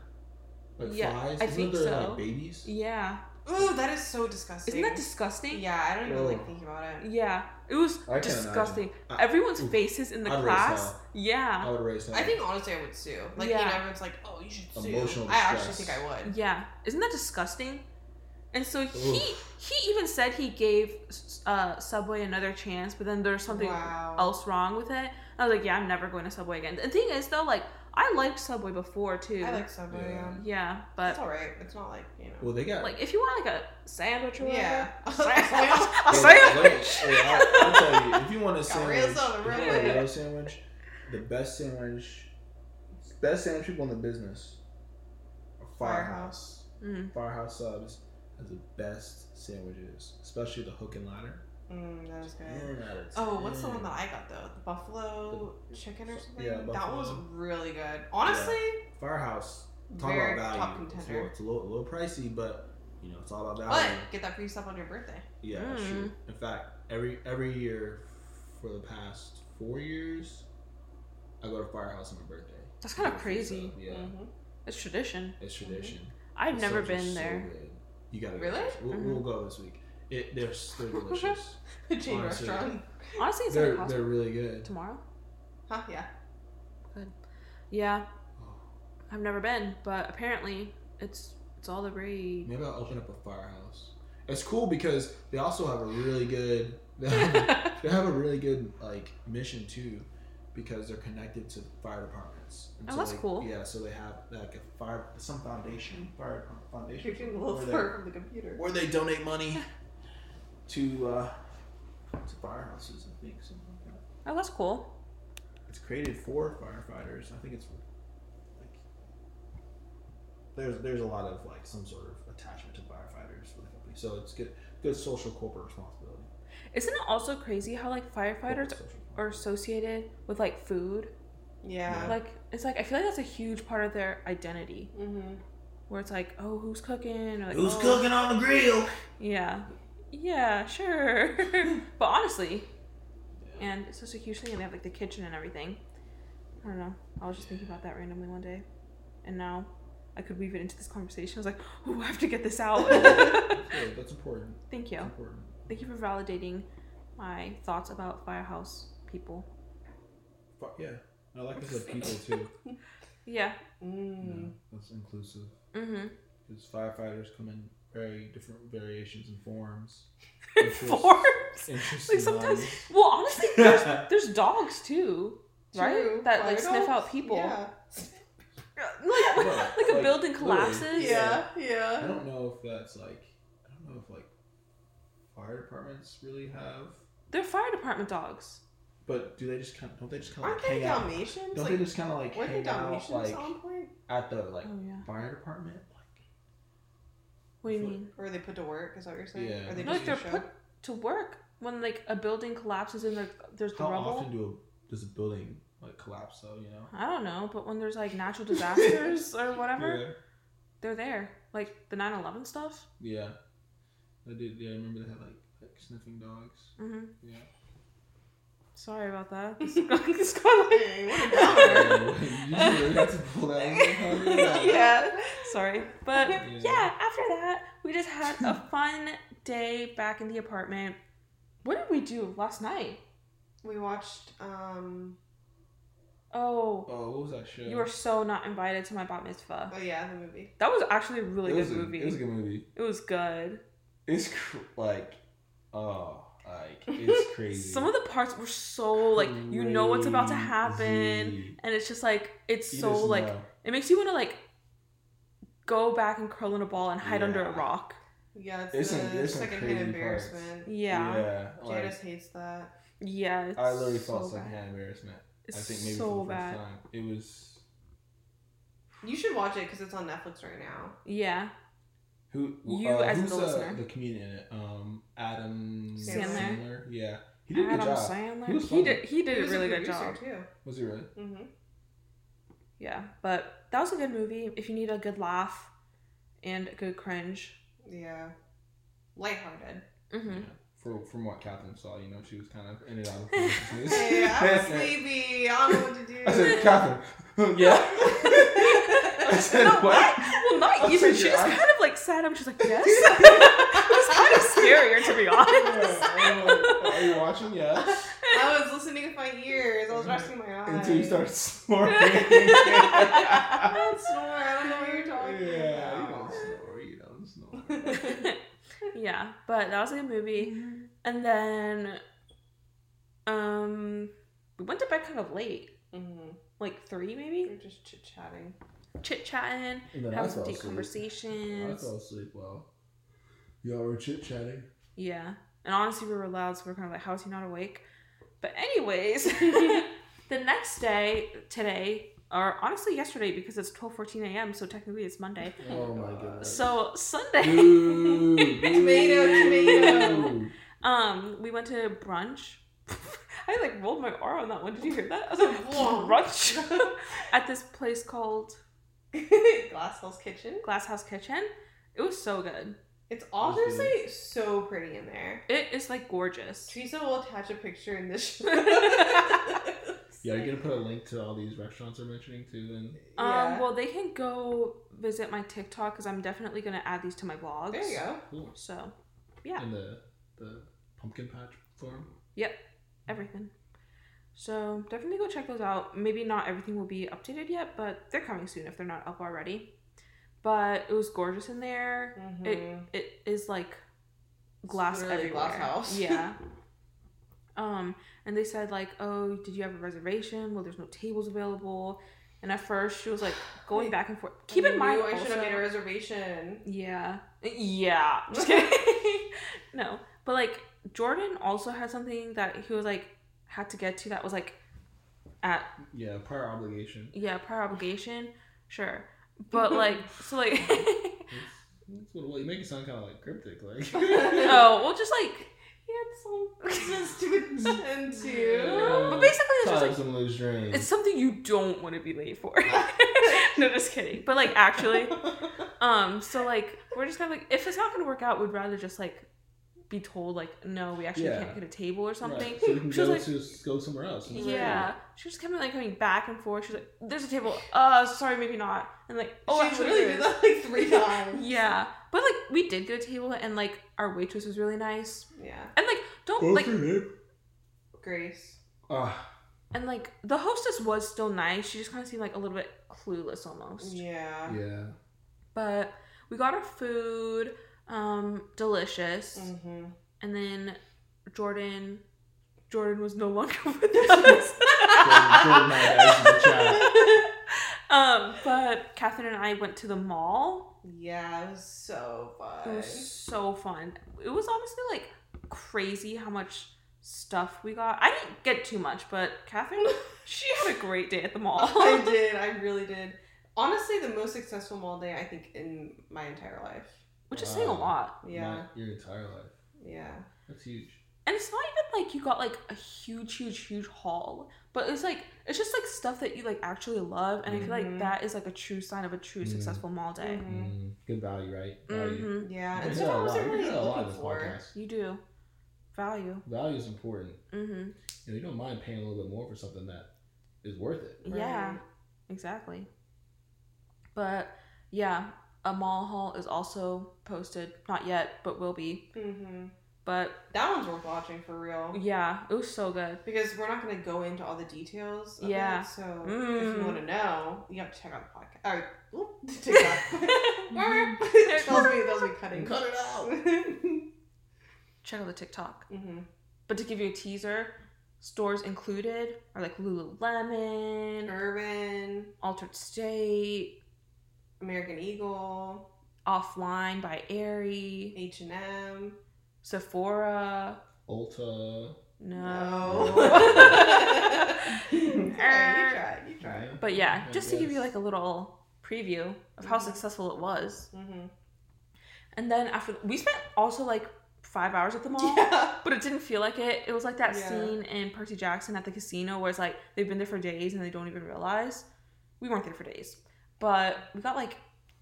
Speaker 2: Like
Speaker 1: Yeah,
Speaker 2: flies.
Speaker 1: I
Speaker 2: Isn't
Speaker 1: think
Speaker 2: they're
Speaker 1: so.
Speaker 2: like babies.
Speaker 1: yeah.
Speaker 3: Ooh, that is so disgusting.
Speaker 1: Isn't that disgusting?
Speaker 3: Yeah, I don't even
Speaker 2: Whoa.
Speaker 3: like thinking about it.
Speaker 1: Yeah. It was
Speaker 2: I can't
Speaker 1: disgusting.
Speaker 2: imagine. I-
Speaker 1: Everyone's
Speaker 2: oof.
Speaker 1: faces in the
Speaker 2: I'd raise
Speaker 1: class.
Speaker 2: hell. I
Speaker 1: Yeah.
Speaker 2: would raise that.
Speaker 3: I think honestly, I would sue. Like you
Speaker 1: Yeah.
Speaker 3: know, everyone's like, "Oh, you should sue."
Speaker 2: Emotional
Speaker 3: I actually think
Speaker 2: distress.
Speaker 3: I would.
Speaker 1: Yeah, isn't that disgusting? And so he
Speaker 2: Oof.
Speaker 1: he even said he gave uh, Subway another chance, but then there's something
Speaker 3: Wow.
Speaker 1: else wrong with it. I was like, yeah, I'm never going to Subway again. The thing is though, like I liked Subway before too.
Speaker 3: I like Subway.
Speaker 2: Yeah.
Speaker 3: Yeah.
Speaker 1: yeah,
Speaker 3: It's
Speaker 1: but
Speaker 3: all right. It's not like you know.
Speaker 2: Well, they got
Speaker 1: like if you want like a sandwich or whatever,
Speaker 3: yeah.
Speaker 1: I'll
Speaker 2: Yo,
Speaker 1: say
Speaker 2: let
Speaker 1: it.
Speaker 2: me- hey, I'll, I'll tell you, if you want a
Speaker 3: Got real
Speaker 2: sandwich,
Speaker 3: southern,
Speaker 2: if you
Speaker 3: real
Speaker 2: want a
Speaker 3: red.
Speaker 2: real sandwich, the best sandwich, best sandwich people in the business, are Firehouse.
Speaker 1: Mm.
Speaker 2: Firehouse Subs has the best sandwiches, especially the hook and ladder.
Speaker 3: Mm, that was good.
Speaker 2: Ten out of
Speaker 3: Oh, what's the one
Speaker 2: 10.
Speaker 3: that I got though? The buffalo chicken or
Speaker 2: Yeah,
Speaker 3: something. That
Speaker 2: buffalo.
Speaker 3: was really good. Honestly,
Speaker 2: Firehouse. Talk
Speaker 3: very
Speaker 2: about value.
Speaker 3: top
Speaker 2: It's, low,
Speaker 3: contender.
Speaker 2: it's a little, a little pricey, but you know it's all about
Speaker 3: But
Speaker 2: value.
Speaker 3: get that for yourself on your birthday.
Speaker 2: yeah, that's
Speaker 1: Mm.
Speaker 2: true. In fact, every every year for the past four years, I go to Firehouse on my birthday.
Speaker 1: That's kind of crazy.
Speaker 2: So, yeah,
Speaker 3: Mm-hmm.
Speaker 1: It's tradition.
Speaker 2: it's tradition.
Speaker 1: I've
Speaker 2: The
Speaker 1: never
Speaker 2: subs are
Speaker 1: been
Speaker 2: so
Speaker 1: there. Mm-hmm.
Speaker 2: good. You gotta go.
Speaker 3: Really?
Speaker 2: We'll, we'll go this week. It they're s- they're delicious.
Speaker 3: The chain
Speaker 2: Honestly.
Speaker 3: restaurant.
Speaker 1: Honestly, it's
Speaker 2: they're
Speaker 1: gonna cost
Speaker 2: they're really good.
Speaker 1: tomorrow.
Speaker 3: Huh? Yeah.
Speaker 1: Yeah,
Speaker 2: Oh,
Speaker 1: I've never been, but apparently it's it's all the rage.
Speaker 2: maybe I'll open up a firehouse. It's cool because they also have a really good they have, they have a really good like mission too because they're connected to fire departments. And
Speaker 1: Oh, that's
Speaker 2: like,
Speaker 1: cool.
Speaker 2: Yeah, so they have like a fire some foundation fire foundation
Speaker 3: You're getting a little
Speaker 2: Where they-
Speaker 3: far from the computer.
Speaker 2: where they donate money to uh, to firehouses. I think something like that.
Speaker 1: oh, that's cool.
Speaker 2: it's created for firefighters. I think it's like there's there's a lot of like some sort of attachment to firefighters for the company. So it's good good social corporate responsibility.
Speaker 1: Isn't it also crazy how like
Speaker 2: Corporate
Speaker 1: firefighters
Speaker 2: social
Speaker 1: are
Speaker 2: responsibility.
Speaker 1: associated with like food?
Speaker 3: Yeah.
Speaker 1: Like it's like I feel like that's a huge part of their identity.
Speaker 3: Mm-hmm.
Speaker 1: Where it's like, oh, who's cooking? Or, like,
Speaker 2: who's
Speaker 1: "Oh,
Speaker 2: cooking on the grill?
Speaker 1: Yeah, yeah, sure. but honestly, and it's such a huge thing, and they have like the kitchen and everything. I don't know. I was just thinking about that randomly one day, and now I could weave it into this conversation. I was like, oh, I have to get this out.
Speaker 2: Yeah, that's important.
Speaker 1: Thank
Speaker 2: That's
Speaker 1: you.
Speaker 2: important.
Speaker 1: Thank you for validating my thoughts about firehouse people.
Speaker 2: Fi- yeah, I like this of people too.
Speaker 1: Yeah.
Speaker 2: Yeah,
Speaker 3: Mm.
Speaker 2: that's inclusive
Speaker 1: Mm-hmm.
Speaker 2: because firefighters come in very different variations and forms.
Speaker 1: Forms.
Speaker 2: Interesting.
Speaker 1: Like sometimes. Well, honestly, there's, there's dogs too, right?
Speaker 3: True.
Speaker 1: That like
Speaker 3: Fire
Speaker 1: sniff
Speaker 3: dogs?
Speaker 1: out people.
Speaker 3: Yeah.
Speaker 1: Like, like, a
Speaker 2: Like,
Speaker 1: building collapses.
Speaker 2: literally.
Speaker 3: Yeah.
Speaker 2: Yeah. I
Speaker 3: Yeah.
Speaker 2: don't know if that's like I don't know if like fire departments really have,
Speaker 1: They're fire department dogs.
Speaker 2: but do they just kind of don't they just kind of
Speaker 3: Aren't
Speaker 2: like
Speaker 3: they
Speaker 2: hang out?
Speaker 3: Dalmatians?
Speaker 2: Don't
Speaker 3: Like,
Speaker 2: they just kind of like
Speaker 3: weren't they
Speaker 2: hang out
Speaker 3: Dalmatians
Speaker 2: like
Speaker 3: at one point?
Speaker 2: at the like
Speaker 1: Oh yeah.
Speaker 2: fire department? Like
Speaker 1: What do you
Speaker 2: Fo-
Speaker 1: mean?
Speaker 3: Or were they put to work? Is that what you're saying?
Speaker 2: Yeah.
Speaker 3: Or they
Speaker 1: No, like
Speaker 3: just do
Speaker 1: they're
Speaker 3: show?
Speaker 1: put to work when like a building collapses and there, there's the
Speaker 2: how
Speaker 1: rubble.
Speaker 2: often do a, does a building like collapse though? You know.
Speaker 1: I don't know, but when there's like natural disasters or whatever,
Speaker 2: Yeah.
Speaker 1: they're there. Like the 9/11 stuff.
Speaker 2: Yeah. I did. Yeah, I remember they had like like sniffing dogs.
Speaker 1: hmm
Speaker 2: Yeah.
Speaker 1: Sorry about that. This this got, like-
Speaker 3: Hey, what a downer.
Speaker 2: you really have to pull that one. How did that-
Speaker 3: yeah.
Speaker 1: Sorry, but
Speaker 2: Yeah.
Speaker 1: yeah. After that, we just had a fun day back in the apartment. What did we do last night?
Speaker 3: We watched um
Speaker 1: Oh,
Speaker 2: Oh, what was that show?
Speaker 1: you were so not invited to my bat mitzvah.
Speaker 3: oh yeah, the movie.
Speaker 1: That was actually a really
Speaker 2: it was
Speaker 1: good
Speaker 2: a,
Speaker 1: movie.
Speaker 2: It was a good movie.
Speaker 1: It was good.
Speaker 2: It's cr- like, oh, like it's crazy.
Speaker 1: Some of the parts were so like you know what's about to happen,
Speaker 2: Crazy.
Speaker 1: and it's just like it's
Speaker 2: You
Speaker 1: so
Speaker 2: just
Speaker 1: like
Speaker 2: know.
Speaker 1: it makes you want to like go back and curl in a ball and hide under a
Speaker 2: Yeah.
Speaker 1: rock.
Speaker 3: Yeah, it's,
Speaker 2: There's
Speaker 3: the
Speaker 2: some- there's some
Speaker 3: secondhand
Speaker 2: crazy
Speaker 3: embarrassment.
Speaker 1: Yeah,
Speaker 2: like,
Speaker 3: Janice hates that.
Speaker 1: yeah. It's
Speaker 2: I literally
Speaker 1: so
Speaker 2: felt
Speaker 1: bad.
Speaker 2: secondhand embarrassment.
Speaker 1: It's
Speaker 2: I think maybe
Speaker 1: so
Speaker 2: for the first
Speaker 1: bad.
Speaker 2: time. It was
Speaker 3: You should watch it because it's on Netflix right now.
Speaker 1: Yeah,
Speaker 2: who
Speaker 1: You
Speaker 2: uh,
Speaker 1: as the
Speaker 2: who's the,
Speaker 1: listener.
Speaker 2: the comedian in it. Um, Adam
Speaker 3: Sandler.
Speaker 2: Yeah, he did a good
Speaker 1: Adam
Speaker 2: job. He
Speaker 1: Sandler.
Speaker 2: was
Speaker 1: He,
Speaker 2: funny.
Speaker 1: did. He did
Speaker 3: He
Speaker 1: a
Speaker 3: was
Speaker 1: really good
Speaker 3: producer,
Speaker 1: job.
Speaker 2: Was he really?
Speaker 3: too. hmm
Speaker 1: Yeah, but that was a good movie. If you need a good laugh and a good cringe.
Speaker 3: Yeah. Lighthearted.
Speaker 1: Mm-hmm.
Speaker 2: Yeah. For, from what Catherine saw, you know, she was kind of in and out of consciousness.
Speaker 3: Hey, I'm sleepy. I don't know what to do.
Speaker 2: I said, Catherine, yeah. I said,
Speaker 1: No,
Speaker 2: what?
Speaker 1: Well, not
Speaker 2: I'll
Speaker 1: even.
Speaker 2: take
Speaker 1: She
Speaker 2: your
Speaker 1: was
Speaker 2: eye.
Speaker 1: kind of like sat up. She's like, yes. it was kind of scarier, to be honest.
Speaker 2: Yeah, I'm like, Are you watching? Yes.
Speaker 3: I was listening with my ears. I was resting my eyes.
Speaker 2: Until you started snoring.
Speaker 3: I don't snore. I don't know what you're talking
Speaker 2: yeah, you
Speaker 3: about.
Speaker 2: don't snore. You don't snore.
Speaker 1: yeah, but that was a good movie. And then, um, we went to bed kind of late,
Speaker 3: hmm
Speaker 1: like three
Speaker 3: We're
Speaker 1: maybe,
Speaker 3: just chit chatting.
Speaker 1: chit chatting,
Speaker 2: And then
Speaker 1: having some deep
Speaker 2: I
Speaker 1: conversations.
Speaker 2: fell asleep well. Y'all were chit chatting.
Speaker 1: Yeah. And honestly, we were loud, so we are kind of like, how is he not awake? But, anyways, the next day, today, or honestly yesterday, because it's twelve fourteen a.m., so technically it's Monday.
Speaker 2: Oh my god.
Speaker 1: So, Sunday,
Speaker 2: Boo, boo,
Speaker 3: Tomato, tomato.
Speaker 1: Um, we went to brunch. I like rolled my R on that one. Did you hear that? I was like,
Speaker 3: Whoa.
Speaker 1: brunch at this place called
Speaker 3: Glass House Kitchen.
Speaker 1: Glass House Kitchen. It was so good.
Speaker 3: It's honestly so pretty in there.
Speaker 1: It is like gorgeous.
Speaker 3: Teresa will attach a picture in this. show.
Speaker 2: Yeah, you're gonna put a link to all these restaurants I'm mentioning too, and
Speaker 1: Um, well, they can go visit my TikTok because I'm definitely gonna add these to my vlogs.
Speaker 3: there you go.
Speaker 2: cool.
Speaker 1: So, yeah.
Speaker 2: And the the pumpkin patch farm.
Speaker 1: Yep, everything. So definitely go check those out. Maybe not everything will be updated yet, but they're coming soon if they're not up already. But it was gorgeous in there.
Speaker 3: Mhm.
Speaker 1: It is like glass
Speaker 3: really
Speaker 1: everywhere.
Speaker 3: glass house.
Speaker 1: Yeah. um, and they said like, "Oh, did you have a reservation? Well, there's no tables available." And at first, she was like going back and forth. Keep
Speaker 3: I
Speaker 1: in mind,
Speaker 3: knew I should have
Speaker 1: also-
Speaker 3: made a reservation.
Speaker 1: yeah. Yeah. Just kidding. no. But like Jordan also had something that he was like had to get to that was like at
Speaker 2: Yeah, prior obligation.
Speaker 1: yeah, prior obligation. Sure. But like so like
Speaker 2: That's, that's what, well, you make it sound kind of like cryptic, like.
Speaker 1: no, well just like
Speaker 3: He had some business to attend to.
Speaker 1: but basically it's just
Speaker 2: Tyler
Speaker 1: like
Speaker 2: some loose dreams.
Speaker 1: it's something you don't want to be late for. no, just kidding. But like actually um so like we're just kind of like if it's not gonna work out, we'd rather just like be told like no, we actually
Speaker 2: Yeah.
Speaker 1: can't get a table or something.
Speaker 2: Right, So you can
Speaker 1: She was
Speaker 2: go,
Speaker 1: like-
Speaker 2: to, go somewhere else. It's like,
Speaker 1: Yeah, she just kept like coming back and forth. She's like, "There's a table. Uh, sorry, maybe not." And like, "Oh,
Speaker 3: she
Speaker 1: actually,
Speaker 3: literally
Speaker 1: there
Speaker 3: did
Speaker 1: is."
Speaker 3: that like three times.
Speaker 1: Yeah, but like we did get a table, and like our waitress was really nice,
Speaker 3: Yeah.
Speaker 1: and like don't
Speaker 2: Go
Speaker 1: like,
Speaker 2: for it.
Speaker 3: Grace.
Speaker 2: Ah,
Speaker 1: and like the hostess was still nice. She just kind of seemed like a little bit clueless almost.
Speaker 3: Yeah.
Speaker 2: yeah.
Speaker 1: But we got our food, um, delicious,
Speaker 2: Mm.
Speaker 3: Mm-hmm.
Speaker 1: and then Jordan, Jordan was no longer with us.
Speaker 2: Jordan had eyes in the chat.
Speaker 1: um, but Catherine and I went to the mall.
Speaker 3: Yeah, it was so fun.
Speaker 1: It was so fun. It was honestly like crazy how much stuff we got. I didn't get too much, but Catherine, she had a great day at the mall.
Speaker 3: I did. I really did. Honestly, the most successful mall day I think in my entire life.
Speaker 1: Which is saying a lot.
Speaker 3: Yeah.
Speaker 2: My- your entire life.
Speaker 3: Yeah.
Speaker 2: That's huge.
Speaker 1: And it's not even like you got like a huge, huge, huge haul, but it's like it's just like stuff that you like actually love, and I feel like
Speaker 3: Mhm.
Speaker 1: that is like a true sign of a true
Speaker 3: Mm-hmm.
Speaker 2: Mhm.
Speaker 1: successful mall day.
Speaker 3: Mhm.
Speaker 2: Mm, good value, right? Value.
Speaker 1: hmm
Speaker 3: Yeah.
Speaker 2: We
Speaker 3: And
Speaker 2: got
Speaker 3: stuff
Speaker 2: a
Speaker 3: I wasn't
Speaker 2: lot- we
Speaker 3: really
Speaker 2: got a lot
Speaker 3: looking
Speaker 2: of this
Speaker 3: for.
Speaker 2: podcast.
Speaker 1: You do value.
Speaker 2: Value is important.
Speaker 1: hmm
Speaker 2: You, know, you don't mind paying a little bit more for something that is worth it.
Speaker 1: Yeah.
Speaker 3: Right.
Speaker 1: Exactly. But yeah, a mall haul is also posted. Not yet, but will be.
Speaker 3: Mm-hmm.
Speaker 1: But
Speaker 3: That one's worth watching for real.
Speaker 1: yeah, it was so good.
Speaker 3: Because we're not going to go into all the details. Of
Speaker 1: Yeah.
Speaker 3: It, so if
Speaker 1: Mm.
Speaker 3: you want to know, you have to check out the podcast. Or oop, TikTok.
Speaker 1: Mm-hmm.
Speaker 3: Mm-hmm. that was me. That was me cutting.
Speaker 2: Cut it out.
Speaker 3: mm-hmm.
Speaker 1: Check out the TikTok. But to give you a teaser, stores included are like Lululemon,
Speaker 3: Urban,
Speaker 1: Altered State,
Speaker 3: American Eagle,
Speaker 1: Offline by Aerie,
Speaker 3: H and M.
Speaker 1: Sephora.
Speaker 2: Ulta.
Speaker 1: No.
Speaker 3: you tried. You tried.
Speaker 1: but yeah,
Speaker 2: I
Speaker 1: just to give you
Speaker 2: guess.
Speaker 1: like a little preview of how
Speaker 3: Mhm.
Speaker 1: successful it was.
Speaker 3: Mm-hmm.
Speaker 1: And then after we spent also like five hours at the mall,
Speaker 3: Yeah.
Speaker 1: but it didn't feel like it. It was like that
Speaker 3: Yeah.
Speaker 1: scene in Percy Jackson at the casino where it's like they've been there for days and they don't even realize. We weren't there for days, but we got like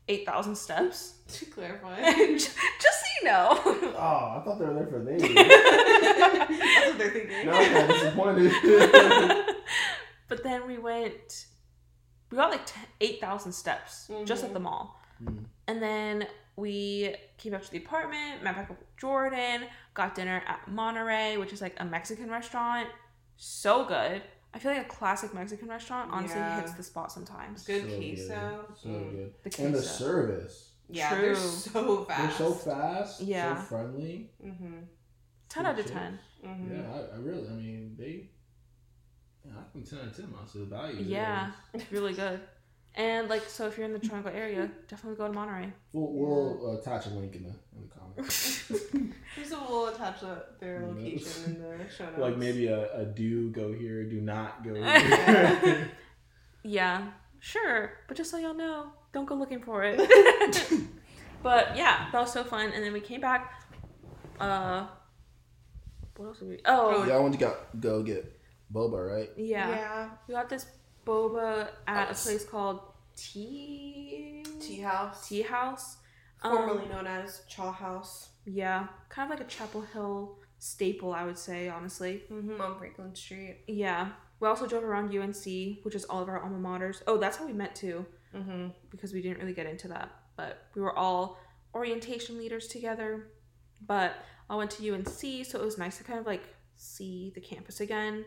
Speaker 1: eight thousand steps.
Speaker 3: To clarify.
Speaker 1: And just so you know,
Speaker 2: Oh, I thought they were there for days.
Speaker 3: That's what they're thinking.
Speaker 2: now I'm kinda disappointed.
Speaker 1: but then we went. We got like t- eight thousand steps just at
Speaker 3: Mhm.
Speaker 1: the mall,
Speaker 2: Mm.
Speaker 1: and then we came back to the apartment, met back up with Jordan, got dinner at Monterey, which is like a Mexican restaurant. So good. I feel like a classic Mexican restaurant honestly
Speaker 3: Yeah.
Speaker 1: hits the spot sometimes.
Speaker 3: Good
Speaker 2: So
Speaker 3: queso.
Speaker 2: Good. So
Speaker 3: Mm.
Speaker 2: good.
Speaker 1: The
Speaker 2: And the
Speaker 1: queso.
Speaker 2: service.
Speaker 3: Yeah,
Speaker 1: True.
Speaker 3: they're so fast.
Speaker 2: They're so fast.
Speaker 1: Yeah.
Speaker 2: So friendly.
Speaker 3: Mm-hmm.
Speaker 1: ten out of ten. Mm.
Speaker 3: Mm-hmm.
Speaker 2: Yeah, I, I really. I mean, they. Yeah, I think ten out of ten. Honestly, the value. there
Speaker 1: Yeah.
Speaker 2: is-
Speaker 1: Really good. And like, so if you're in the Triangle area, definitely go to Monterey.
Speaker 2: We'll, we'll uh, attach a link in the in the comments.
Speaker 3: Teresa will attach the, their
Speaker 2: Who
Speaker 3: location
Speaker 2: knows?
Speaker 3: in the show notes.
Speaker 2: like maybe a, a do go here, do not go
Speaker 3: Yeah.
Speaker 2: here.
Speaker 1: Yeah, sure. But just so y'all know, don't go looking for it. but yeah, that was so fun. And then we came back. Uh, What else did we? Oh,
Speaker 2: Y'all want to go, go get boba, right?
Speaker 1: yeah.
Speaker 3: yeah.
Speaker 1: We got this boba at a
Speaker 2: Us.
Speaker 1: place called Tea
Speaker 3: Tea house,
Speaker 1: Tea House.
Speaker 3: formerly
Speaker 1: Um,
Speaker 3: known as Chaw House,
Speaker 1: Yeah, kind of like a Chapel Hill staple, I would say, honestly.
Speaker 3: mm-hmm. on Franklin Street.
Speaker 1: Yeah. We also drove around UNC, which is all of our alma maters. Oh, that's how we met too,
Speaker 3: Mm-hmm.
Speaker 1: because we didn't really get into that. But we were all orientation leaders together. But I went to UNC, so it was nice to kind of like see the campus again.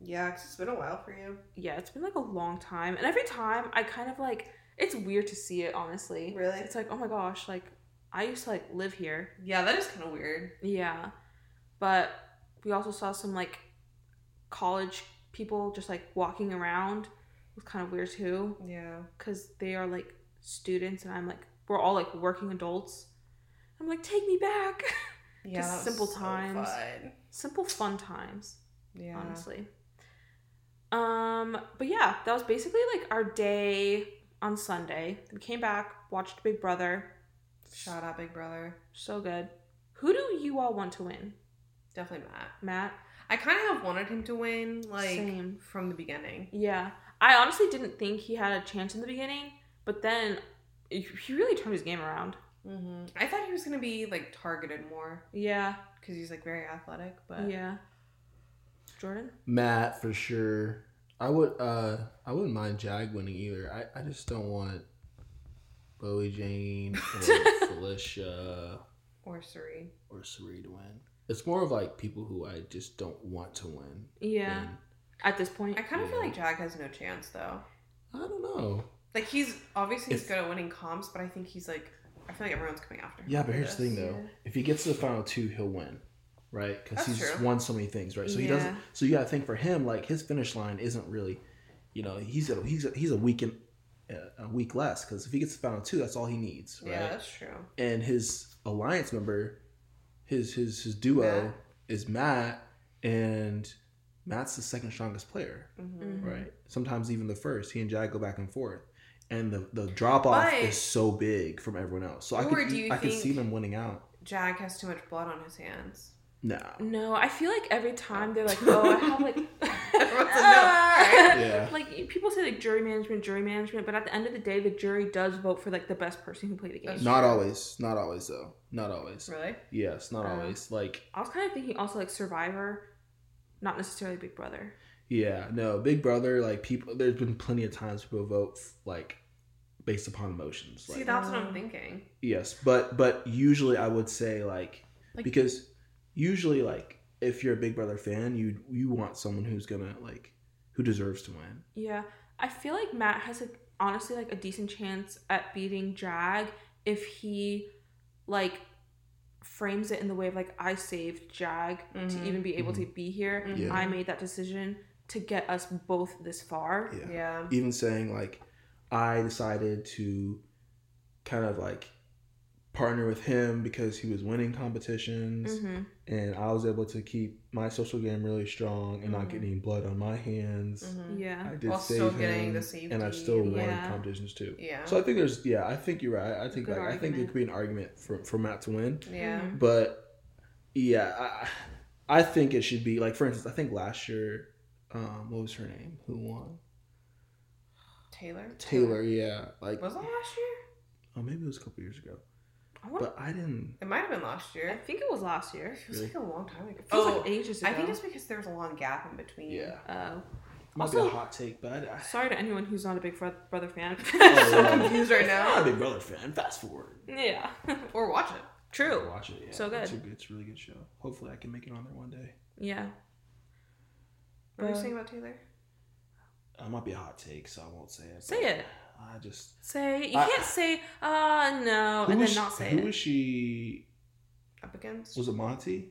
Speaker 3: Yeah, it it's been a while for you.
Speaker 1: Yeah, it's been like a long time. And every time I kind of like, it's weird to see it, honestly.
Speaker 3: Really?
Speaker 1: It's like, oh my gosh, like I used to like live here.
Speaker 3: Yeah, that is kind of weird.
Speaker 1: Yeah. But we also saw some like college people just like walking around. It was kind of weird too
Speaker 3: Yeah.
Speaker 1: cuz they are like students and I'm like we're all like working adults. I'm like take me back.
Speaker 3: Yeah.
Speaker 1: Just
Speaker 3: that was
Speaker 1: simple
Speaker 3: so
Speaker 1: times.
Speaker 3: fun.
Speaker 1: Simple fun times,
Speaker 3: Yeah.
Speaker 1: honestly. Um but yeah, that was basically like our day on Sunday. We came back, watched Big Brother.
Speaker 3: Shout out, Big Brother.
Speaker 1: So good. Who do you all want to win?
Speaker 3: Definitely Matt.
Speaker 1: Matt?
Speaker 3: I kind of have wanted him to win, like
Speaker 1: Same.
Speaker 3: from the beginning.
Speaker 1: Yeah. I honestly didn't think he had a chance in the beginning, but then he really turned his game around.
Speaker 3: Mm-hmm. I thought he was gonna be like targeted more
Speaker 1: Yeah.
Speaker 3: because he's like very athletic, but
Speaker 1: Yeah. Jordan?
Speaker 2: Matt for sure. I would uh I wouldn't mind Jag winning either. I, I just don't want Bowie Jane or Felicia
Speaker 3: or Suri.
Speaker 2: or Suri to win. It's more of like people who I just don't want to win.
Speaker 1: Yeah.
Speaker 2: win.
Speaker 1: At this point.
Speaker 3: I kind of feel
Speaker 2: Yeah.
Speaker 3: like Jag has no chance though.
Speaker 2: I don't know.
Speaker 3: Like he's obviously he's
Speaker 2: If-
Speaker 3: good at winning comps, but I think he's like I feel like everyone's coming after him.
Speaker 2: Yeah, but here's the thing
Speaker 1: Yeah.
Speaker 2: though. If he gets to the final two, he'll win. Right? Because
Speaker 3: That's
Speaker 2: he's
Speaker 3: true.
Speaker 2: won so many things, right? So he doesn't
Speaker 1: Yeah.
Speaker 2: so you gotta think for him, like his finish line isn't really you know, he's a he's a he's a week in, uh, a week less because if he gets to the final two, that's all he needs, right?
Speaker 3: Yeah, that's true.
Speaker 2: and his alliance member, his his his duo
Speaker 3: Matt.
Speaker 2: is Matt, and Matt's the second strongest player,
Speaker 3: hmm
Speaker 1: Mhm.
Speaker 2: right? Sometimes even the first. He and Jag go back and forth, and the the drop off
Speaker 3: But-
Speaker 2: is so big from everyone else. So I
Speaker 3: Or
Speaker 2: could e-
Speaker 3: do you
Speaker 2: I could
Speaker 3: think-
Speaker 2: see them winning out.
Speaker 3: Jag has too much blood on his hands.
Speaker 2: No,
Speaker 1: No, I feel like every time they're like, oh, I have like.
Speaker 3: Everyone's like, "No." Alright.
Speaker 2: Yeah.
Speaker 1: Like people say, like jury management, jury management, but at the end of the day, the jury does vote for like the best person who played the game.
Speaker 3: That's
Speaker 2: not
Speaker 3: true.
Speaker 2: always, not always though, not always.
Speaker 3: Really?
Speaker 2: Yes, not
Speaker 3: Uh-huh.
Speaker 1: Oh.
Speaker 2: always. Like
Speaker 1: I was kind of thinking also like Survivor, not necessarily Big Brother.
Speaker 2: Yeah, no, Big Brother, like people, there's been plenty of times people vote like based upon emotions. Like,
Speaker 3: See, that's what I'm
Speaker 1: um,
Speaker 3: thinking.
Speaker 2: yes, but but usually I would say like,
Speaker 3: Like-
Speaker 2: because usually like if you're a Big Brother fan, you you want someone who's gonna like who deserves to win.
Speaker 1: Yeah, I feel like Matt has like honestly like a decent chance at beating Jag if he like frames it in the way of like I saved Jag
Speaker 3: Mhm.
Speaker 1: to even be able
Speaker 2: Mm-hmm.
Speaker 1: to be here.
Speaker 3: Mhm.
Speaker 2: Yeah.
Speaker 1: I made that decision to get us both this far.
Speaker 2: Yeah.
Speaker 3: Yeah.
Speaker 2: Even saying like, I decided to kind of like partner with him because he was winning competitions.
Speaker 1: hmm
Speaker 3: Mm-hmm.
Speaker 2: and I was able to keep my social game really strong and not
Speaker 3: Mhm.
Speaker 2: get any blood on my hands.
Speaker 3: Mhm.
Speaker 1: Yeah.
Speaker 2: I did
Speaker 3: While
Speaker 2: save
Speaker 3: still
Speaker 2: him,
Speaker 3: getting the
Speaker 2: and I
Speaker 3: safety
Speaker 2: still
Speaker 3: and-
Speaker 2: won
Speaker 1: Yeah.
Speaker 2: competitions too.
Speaker 3: Yeah.
Speaker 2: So I think there's, yeah, I think you're right. I think
Speaker 1: Good
Speaker 2: like I think there
Speaker 1: argument.
Speaker 2: could be an argument for for Matt to win,
Speaker 3: yeah.
Speaker 1: Mhm.
Speaker 2: but yeah, I, I think it should be like for instance, I think last year, um, what was her name? Who won?
Speaker 3: Taylor.
Speaker 2: Taylor. Yeah, like
Speaker 3: Was it last year?
Speaker 2: oh maybe it was a couple years ago,
Speaker 1: I, want,
Speaker 2: but I didn't.
Speaker 3: It might have been last
Speaker 1: I
Speaker 3: year.
Speaker 1: think it was last year.
Speaker 3: It was like a long time ago.
Speaker 1: Feels
Speaker 3: Oh,
Speaker 1: like ages ago.
Speaker 3: I think it's because there was a long gap in between.
Speaker 2: Yeah,
Speaker 1: Oh,
Speaker 2: might be a
Speaker 1: Also-
Speaker 2: hot take, but I,
Speaker 1: sorry to anyone who's not a Big Fro- Brother fan.
Speaker 2: Oh,
Speaker 3: so
Speaker 2: yeah.
Speaker 3: confused right
Speaker 2: I'm a
Speaker 3: now.
Speaker 2: Big Brother fan. Fast forward.
Speaker 1: yeah.
Speaker 3: Or watch it.
Speaker 1: True.
Speaker 2: Watch it. Yeah.
Speaker 1: So good.
Speaker 2: It's a, it's a really good show. Hopefully, I can make it on there one day.
Speaker 1: Yeah.
Speaker 3: What were
Speaker 1: Uh,
Speaker 3: you saying about Taylor?
Speaker 2: It might be a hot take, so I won't say it.
Speaker 1: Say it.
Speaker 2: I just.
Speaker 1: Say you
Speaker 2: I-
Speaker 1: can't say uh no and then
Speaker 2: was,
Speaker 1: not say
Speaker 2: who
Speaker 1: it.
Speaker 2: was she?
Speaker 3: Up against?
Speaker 2: Was it Monty?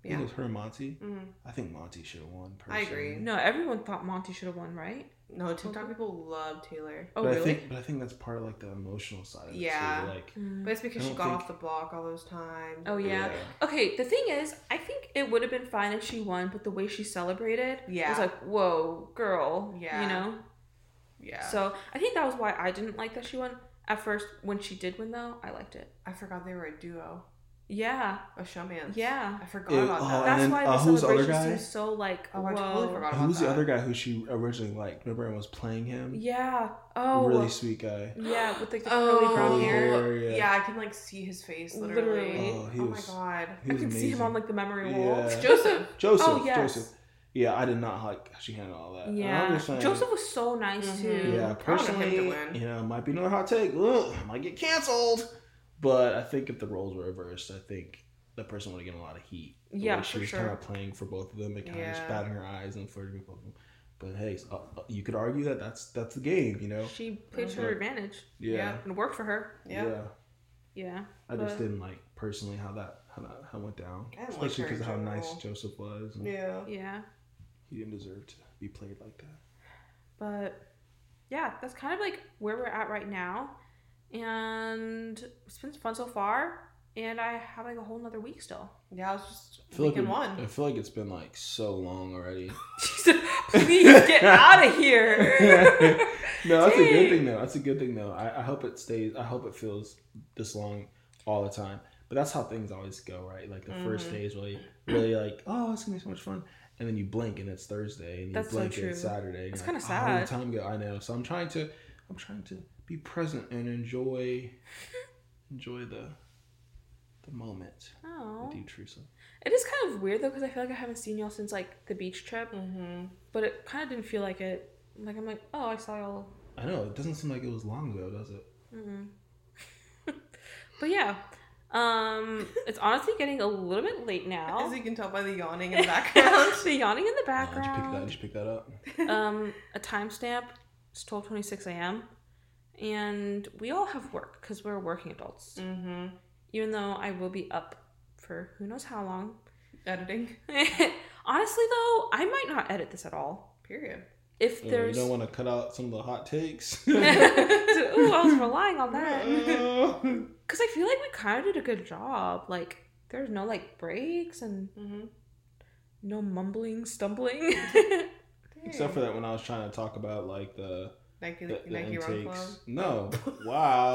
Speaker 2: I think
Speaker 3: yeah.
Speaker 2: it was her and Monty.
Speaker 3: Mhm.
Speaker 2: I think Monty should have won.
Speaker 3: I agree.
Speaker 2: personally.
Speaker 1: No, everyone thought Monty should have won, right?
Speaker 3: No, TikTok people love Taylor.
Speaker 1: Oh,
Speaker 2: but
Speaker 1: really?
Speaker 2: I think, but I think that's part of like the emotional side of it
Speaker 3: Yeah.
Speaker 2: too. Like,
Speaker 1: Mm.
Speaker 3: But it's because
Speaker 2: I
Speaker 3: she
Speaker 2: don't
Speaker 3: got
Speaker 2: think-
Speaker 3: off the block all those times.
Speaker 1: Oh, yeah. okay, the thing is, I think it would have been fine if she won, but the way she celebrated
Speaker 3: Yeah.
Speaker 1: was like, whoa, girl. Yeah.
Speaker 3: Yeah.
Speaker 1: You know?
Speaker 3: Yeah.
Speaker 1: So I think that was why I didn't like that she won. At first, when she did win, though, I liked it.
Speaker 3: I forgot they were a duo.
Speaker 1: Yeah,
Speaker 3: A showman.
Speaker 1: yeah.
Speaker 3: I forgot
Speaker 2: Ew,
Speaker 3: about
Speaker 2: oh,
Speaker 3: that.
Speaker 2: and
Speaker 1: That's
Speaker 2: then,
Speaker 1: why
Speaker 2: uh,
Speaker 1: the
Speaker 2: who's the other
Speaker 1: celebration
Speaker 2: guy?
Speaker 1: seems so like
Speaker 3: oh,
Speaker 1: whoa.
Speaker 3: I totally forgot about
Speaker 2: Who's
Speaker 3: that.
Speaker 2: the other guy who she originally liked? Remember, everyone was playing him.
Speaker 1: Yeah. Oh.
Speaker 2: Really sweet guy.
Speaker 1: Yeah, with like the curly
Speaker 3: Oh,
Speaker 1: brown
Speaker 2: Curly
Speaker 1: hair.
Speaker 2: hair, yeah.
Speaker 3: yeah. I can like see his face literally.
Speaker 1: Literally.
Speaker 2: Oh, he
Speaker 3: Oh
Speaker 2: was-
Speaker 3: my god.
Speaker 2: He
Speaker 1: I
Speaker 2: was
Speaker 1: can see him
Speaker 2: amazing.
Speaker 1: on like the memory wall.
Speaker 2: Yeah.
Speaker 3: Joseph.
Speaker 2: Joseph.
Speaker 1: Oh, yes.
Speaker 2: Joseph. Yeah, I did not like how she handled all that. And I
Speaker 1: Yeah.
Speaker 2: understand-
Speaker 1: Joseph was so nice
Speaker 3: Mhm.
Speaker 1: too.
Speaker 2: Mm-hmm. Yeah,
Speaker 3: I wanted him to
Speaker 2: personally,
Speaker 3: win.
Speaker 2: you know, might be another hot take. Ugh, might get canceled. But I think if the roles were reversed, I think that person would have gotten a lot of heat. The
Speaker 1: Yeah,
Speaker 2: way she
Speaker 1: for
Speaker 2: was
Speaker 1: sure.
Speaker 2: kind of playing for both of them and kind of just
Speaker 3: Yeah.
Speaker 2: batting her eyes and flirting with both of them. But hey, so, uh, you could argue that that's that's the game, you know?
Speaker 1: She played to
Speaker 2: Mhm.
Speaker 1: her advantage
Speaker 2: Yeah.
Speaker 1: and it worked for her.
Speaker 2: Yeah.
Speaker 3: Yeah.
Speaker 1: Yeah.
Speaker 2: I just
Speaker 1: But-
Speaker 2: didn't like personally how that how that how it went down,
Speaker 3: I didn't like
Speaker 2: especially
Speaker 3: her in
Speaker 2: because of how nice
Speaker 3: general.
Speaker 2: Joseph was. And
Speaker 3: Yeah.
Speaker 1: Yeah.
Speaker 2: He didn't deserve to be played like that.
Speaker 1: But yeah, that's kind of like where we're at right now. And it's been fun so far. And I have like a whole nother week still.
Speaker 3: Yeah, I was just thinking one.
Speaker 2: feel like it's been like so long already.
Speaker 1: Jesus, please get out of here.
Speaker 2: No, that's a good
Speaker 1: Dang.
Speaker 2: thing though. That's a good thing though. I, I hope it stays. I hope it feels this long all the time. But that's how things always go, right? Like the first
Speaker 3: Mhm.
Speaker 1: Mm-hmm.
Speaker 2: day is really, really like, oh, it's gonna be so much fun, and then you blink and it's Thursday, and you
Speaker 1: That's so
Speaker 2: blink and
Speaker 1: true.
Speaker 2: it's Saturday. and
Speaker 1: It's
Speaker 2: you're like,
Speaker 1: kinda
Speaker 2: "Oh, how did
Speaker 1: sad."
Speaker 2: time go, I know. So I'm trying to, I'm trying to be present and enjoy, enjoy the, the moment
Speaker 1: oh.
Speaker 2: with you, Teresa.
Speaker 1: It is kind of weird though, because I feel like I haven't seen y'all since like the beach trip,
Speaker 3: Mm-hmm.
Speaker 1: but it kind of didn't feel like it. Like I'm like, oh, I saw y'all.
Speaker 2: I know it doesn't seem like it was long ago, does it?
Speaker 1: Mm. but yeah, um, it's honestly getting a little bit late now.
Speaker 3: As you can tell by the yawning in the background.
Speaker 1: the yawning in the
Speaker 2: Uh, did you pick that? Did
Speaker 1: background.
Speaker 2: you pick that up?
Speaker 1: um, a timestamp. It's twelve twenty six a.m. And we all have work because we're working adults.
Speaker 3: mm-hmm.
Speaker 1: Even though I will be up for who knows how long.
Speaker 3: Editing.
Speaker 1: honestly though, I might not edit this at all.
Speaker 3: Period.
Speaker 1: If
Speaker 2: Oh,
Speaker 1: there's
Speaker 2: You don't want to cut out some of the hot takes.
Speaker 1: so, ooh, I was relying on that.
Speaker 2: Uh,
Speaker 1: Because I feel like we kind of did a good job. Like, there's no, like, breaks and
Speaker 3: Mm-hmm.
Speaker 1: no mumbling, stumbling.
Speaker 2: Except for that when I was trying to talk about like the,
Speaker 3: Nike,
Speaker 2: the, the
Speaker 3: Nike Run Club.
Speaker 2: intakes. No. Wow.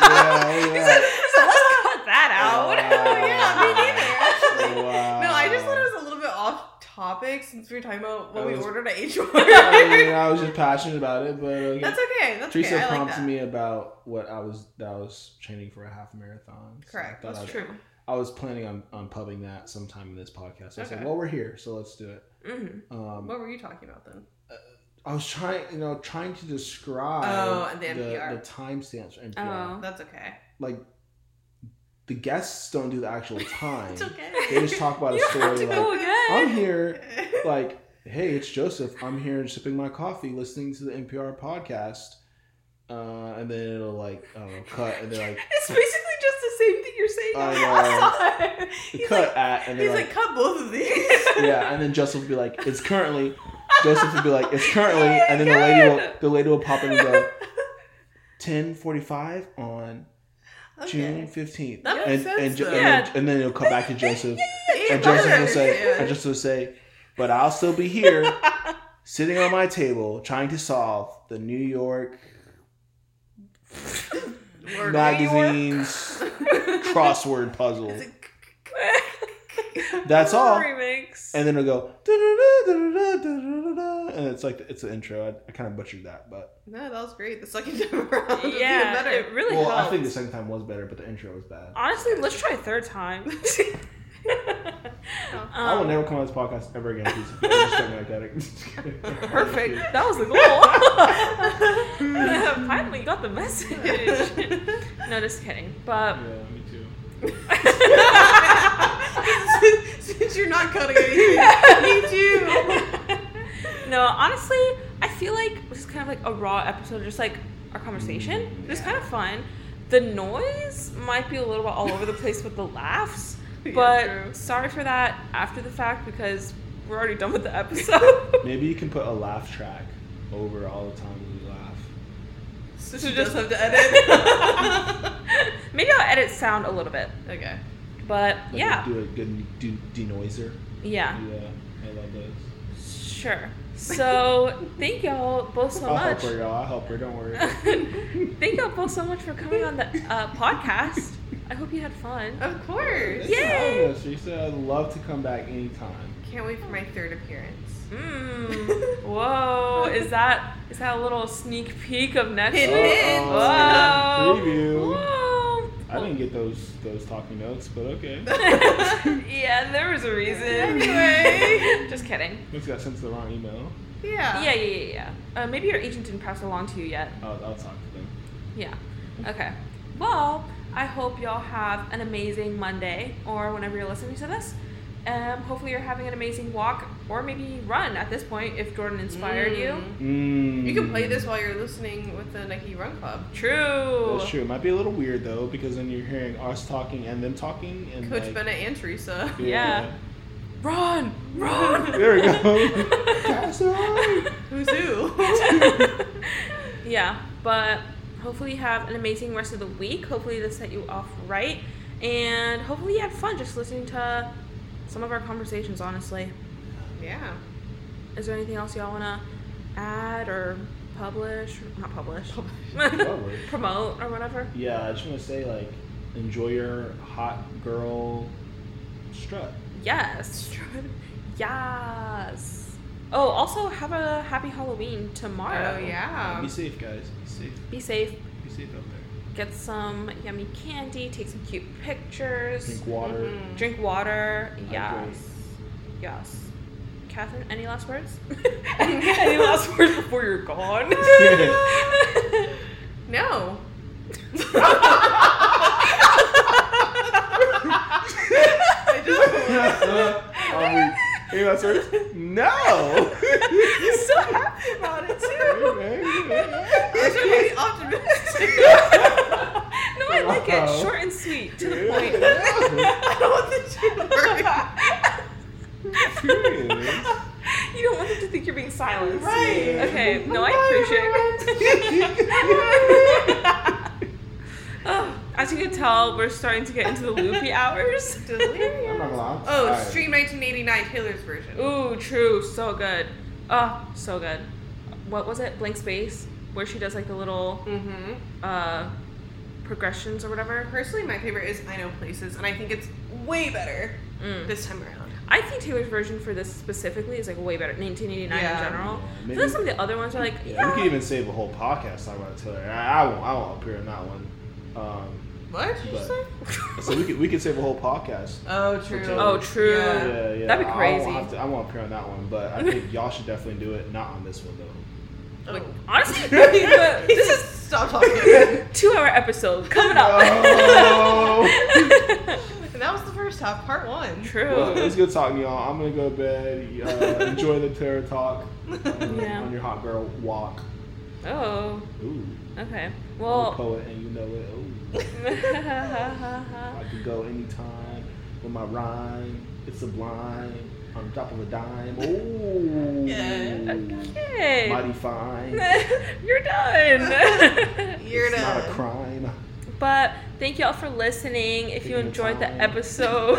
Speaker 2: yeah, yeah. Oh,
Speaker 1: so let's cut that out.
Speaker 3: Yeah, me neither.
Speaker 2: Wow.
Speaker 3: No, I just thought it was a little bit off topic since we were talking about what
Speaker 2: I
Speaker 3: we
Speaker 2: Um, was-
Speaker 3: ordered at H Mart.
Speaker 2: I, mean, I was just passionate about it, but okay.
Speaker 3: That's okay. That's
Speaker 2: Teresa
Speaker 3: okay. I like
Speaker 2: prompted
Speaker 3: that.
Speaker 2: me about what I was that I was training for a half marathon. So I
Speaker 3: Correct.
Speaker 2: thought
Speaker 3: That's
Speaker 2: I'd-
Speaker 3: true.
Speaker 2: I was planning on, on pubbing that sometime in this podcast. So I said,
Speaker 3: Okay.
Speaker 2: "Well, we're here, so let's do it."
Speaker 1: hmm
Speaker 2: Um,
Speaker 3: What were you talking about then?
Speaker 2: I was trying, you know, trying to describe
Speaker 3: Oh, the NPR.
Speaker 2: the, the timestamps for NPR.
Speaker 1: Oh.
Speaker 3: That's okay.
Speaker 2: Like the guests don't do the actual time.
Speaker 3: It's okay.
Speaker 2: They just talk about a
Speaker 1: You don't have to
Speaker 2: story like
Speaker 1: go
Speaker 2: I'm
Speaker 1: again.
Speaker 2: here, like hey, it's Joseph. I'm here and sipping my coffee, listening to the NPR podcast, uh, and then it'll like I don't know, cut and they're like
Speaker 1: It's basically just the same thing you're saying.
Speaker 2: I
Speaker 1: outside. He's
Speaker 2: cut
Speaker 1: like,
Speaker 2: at and
Speaker 3: He's
Speaker 2: they're
Speaker 3: like,
Speaker 2: like,
Speaker 3: cut both of these.
Speaker 2: yeah, and then Joseph will be like it's currently. Joseph would be like, it's
Speaker 1: Oh
Speaker 2: currently, and then the lady will, the lady will pop in and go, ten forty five on
Speaker 3: Okay.
Speaker 2: June fifteenth.
Speaker 3: That
Speaker 2: and,
Speaker 3: makes sense.
Speaker 2: and, Jo-
Speaker 3: though.
Speaker 2: and, then, and then it'll come back to Joseph, and Joseph will say, and Joseph will say, but I'll still be here, sitting on my table, trying to solve the New York
Speaker 3: Word.
Speaker 2: magazine's crossword puzzle.
Speaker 3: It's a-
Speaker 2: That's all.
Speaker 1: Remix.
Speaker 2: And then it'll go, "Da-da-da, da-da-da, da-da-da," and it's like it's the intro. I, I kind of butchered that, but
Speaker 3: No, that was great. The second time around, was even
Speaker 1: yeah,
Speaker 3: better.
Speaker 1: it really
Speaker 2: well,
Speaker 1: helped.
Speaker 2: I think the second time was better, but the intro was bad.
Speaker 1: Honestly, let's try a third time.
Speaker 2: I will
Speaker 1: Um,
Speaker 2: never come on this podcast ever again. Please, if you ever start me like that. again.
Speaker 1: Perfect. That was the goal. Finally got the message. no, just kidding. But
Speaker 2: Yeah, me too.
Speaker 3: Since- Since you're not cutting anything, me too.
Speaker 1: no, honestly, I feel like this is kind of like a raw episode, just like our conversation. It was
Speaker 3: Yeah.
Speaker 1: kind of fun. The noise might be a little bit all over the place with the laughs,
Speaker 3: Yeah,
Speaker 1: but
Speaker 3: true.
Speaker 1: sorry for that after the fact because we're already done with the episode.
Speaker 2: Maybe you can put a laugh track over all the time when you laugh.
Speaker 3: So
Speaker 1: So
Speaker 3: she
Speaker 1: just-
Speaker 3: just have to edit.
Speaker 1: Maybe I'll edit sound a little bit,
Speaker 3: okay.
Speaker 1: but
Speaker 2: Like
Speaker 1: yeah,
Speaker 2: Do a good do denoiser.
Speaker 3: Ah.
Speaker 1: yeah.
Speaker 2: Yeah, I love those.
Speaker 1: Sure. So thank y'all both so
Speaker 2: I'll
Speaker 1: much.
Speaker 2: help her, y'all. I'll help her. Don't worry.
Speaker 1: thank y'all both so much for coming on the uh, podcast. I hope you had fun.
Speaker 3: Of course.
Speaker 1: Yeah. Yay!
Speaker 2: Yes, She said, I'd love to come back anytime.
Speaker 3: Can't wait for my third appearance.
Speaker 1: Mm. Whoa, is that is that a little sneak peek of next
Speaker 3: Hidden
Speaker 1: week?
Speaker 3: hints.
Speaker 1: Whoa.
Speaker 2: Oh, Preview.
Speaker 1: Whoa.
Speaker 2: I didn't get those those talking notes, but okay.
Speaker 1: yeah, there was a reason.
Speaker 3: Anyway.
Speaker 1: Just kidding.
Speaker 2: Looks got sent to the wrong email.
Speaker 3: Yeah.
Speaker 1: Yeah, yeah, yeah, yeah. Uh, maybe your agent didn't pass it along to you yet.
Speaker 2: I'll, I'll talk to them.
Speaker 1: Yeah. Okay. Well, I hope y'all have an amazing Monday or whenever you're listening to this. Um, hopefully you're having an amazing walk or maybe run at this point if Jordan inspired you.
Speaker 3: Mm.
Speaker 2: Mm.
Speaker 3: You can play this while you're listening with the Nike Run Club.
Speaker 1: True.
Speaker 2: Mm, That's true. It might be a little weird though, because then you're hearing us talking and them talking, and
Speaker 3: Coach
Speaker 2: like,
Speaker 3: Bennett and Teresa.
Speaker 1: Yeah. Run, run.
Speaker 2: There we go. That's right.
Speaker 3: Who's who?
Speaker 1: yeah, but hopefully you have an amazing rest of the week. Hopefully this set you off right, and hopefully you had fun just listening to some of our conversations. Honestly,
Speaker 3: yeah.
Speaker 1: is there anything else y'all wanna add or publish? Not publish.
Speaker 2: Publish.
Speaker 1: Promote or whatever.
Speaker 2: Yeah, I just want to say like, enjoy your hot girl strut.
Speaker 1: Yes. Yes. Oh, also have a happy Halloween tomorrow.
Speaker 3: Oh yeah.
Speaker 2: Be safe, guys. Be safe.
Speaker 1: Be safe.
Speaker 2: Be safe out there.
Speaker 1: Get some yummy candy. Take some cute pictures.
Speaker 2: Drink water.
Speaker 3: Mhm.
Speaker 1: Drink water.
Speaker 2: Hydrate.
Speaker 1: Yes. Yes. Catherine, any last words? any last words before you're gone?
Speaker 3: No. I just
Speaker 2: Um, hey, that's right. No.
Speaker 1: so happy
Speaker 3: about it I
Speaker 2: Hey,
Speaker 3: should be optimistic.
Speaker 1: No, I like it.
Speaker 2: Wow.
Speaker 1: Short and sweet. To the
Speaker 2: hey,
Speaker 1: point.
Speaker 2: hey.
Speaker 3: I don't want this shit to work.
Speaker 2: Serious.
Speaker 1: you don't want them to think you're being silenced.
Speaker 2: Right.
Speaker 1: Okay. No, I
Speaker 3: Bye,
Speaker 1: appreciate it. oh, as you can tell, we're starting to get into the loopy hours.
Speaker 2: I'm not
Speaker 3: Delirious.
Speaker 2: allowed.
Speaker 3: Oh,
Speaker 2: All right.
Speaker 3: Stream 1989 Taylor's version.
Speaker 1: Ooh, true. So good. Oh, so good. What was it? Blank Space, where she does like the little
Speaker 3: Mm-hmm.
Speaker 1: uh, progressions or whatever.
Speaker 3: Personally, my favorite is I Know Places, and I think it's way better
Speaker 1: Mm.
Speaker 3: this time around.
Speaker 1: I think Taylor's version for this specifically is like way better. 1989 in
Speaker 3: Yeah.
Speaker 1: general.
Speaker 2: Yeah,
Speaker 1: I
Speaker 2: maybe-
Speaker 1: feel like some of the other ones are like,
Speaker 2: Yeah, we could even save a whole podcast talking about Taylor. I, I won't. I won't appear in that one. Um,
Speaker 3: What did you
Speaker 2: But-
Speaker 3: say?
Speaker 2: so we could we could save a whole podcast.
Speaker 3: Oh,
Speaker 2: true.
Speaker 1: Oh, true.
Speaker 2: Yeah,
Speaker 3: Yeah.
Speaker 2: yeah.
Speaker 1: That'd be
Speaker 2: I- I
Speaker 1: crazy.
Speaker 2: won't, have to, I won't appear on that one, but I think y'all should definitely do it. Not on this one though.
Speaker 1: Like, honestly, but this is
Speaker 3: Stop talking.
Speaker 1: two hour episode coming up.
Speaker 2: No.
Speaker 3: and that was the first half, part one.
Speaker 1: True.
Speaker 2: Well, it's good talking to y'all. I'm gonna go to bed. Uh, enjoy the Taylor talk um,
Speaker 1: Yeah.
Speaker 2: on your hot girl walk.
Speaker 1: Oh,
Speaker 2: Ooh,
Speaker 1: okay.
Speaker 2: I'm a
Speaker 1: Well,
Speaker 2: poet and you know it. Ooh, I could go anytime with my rhyme. It's sublime. On top of a dime. Ooh,
Speaker 3: Yeah.
Speaker 1: okay.
Speaker 2: mighty fine.
Speaker 1: You're done.
Speaker 3: You're
Speaker 2: it's not a
Speaker 3: done.
Speaker 2: crime.
Speaker 1: But thank y'all for listening. If you
Speaker 2: Taking your
Speaker 1: enjoyed the
Speaker 2: time.
Speaker 1: episode,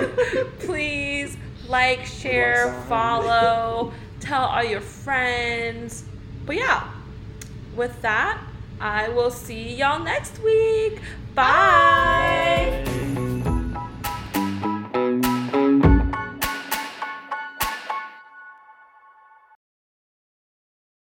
Speaker 1: please like, share,
Speaker 2: time.
Speaker 1: follow, tell all your friends. But yeah, with that, I will see y'all next week. Bye.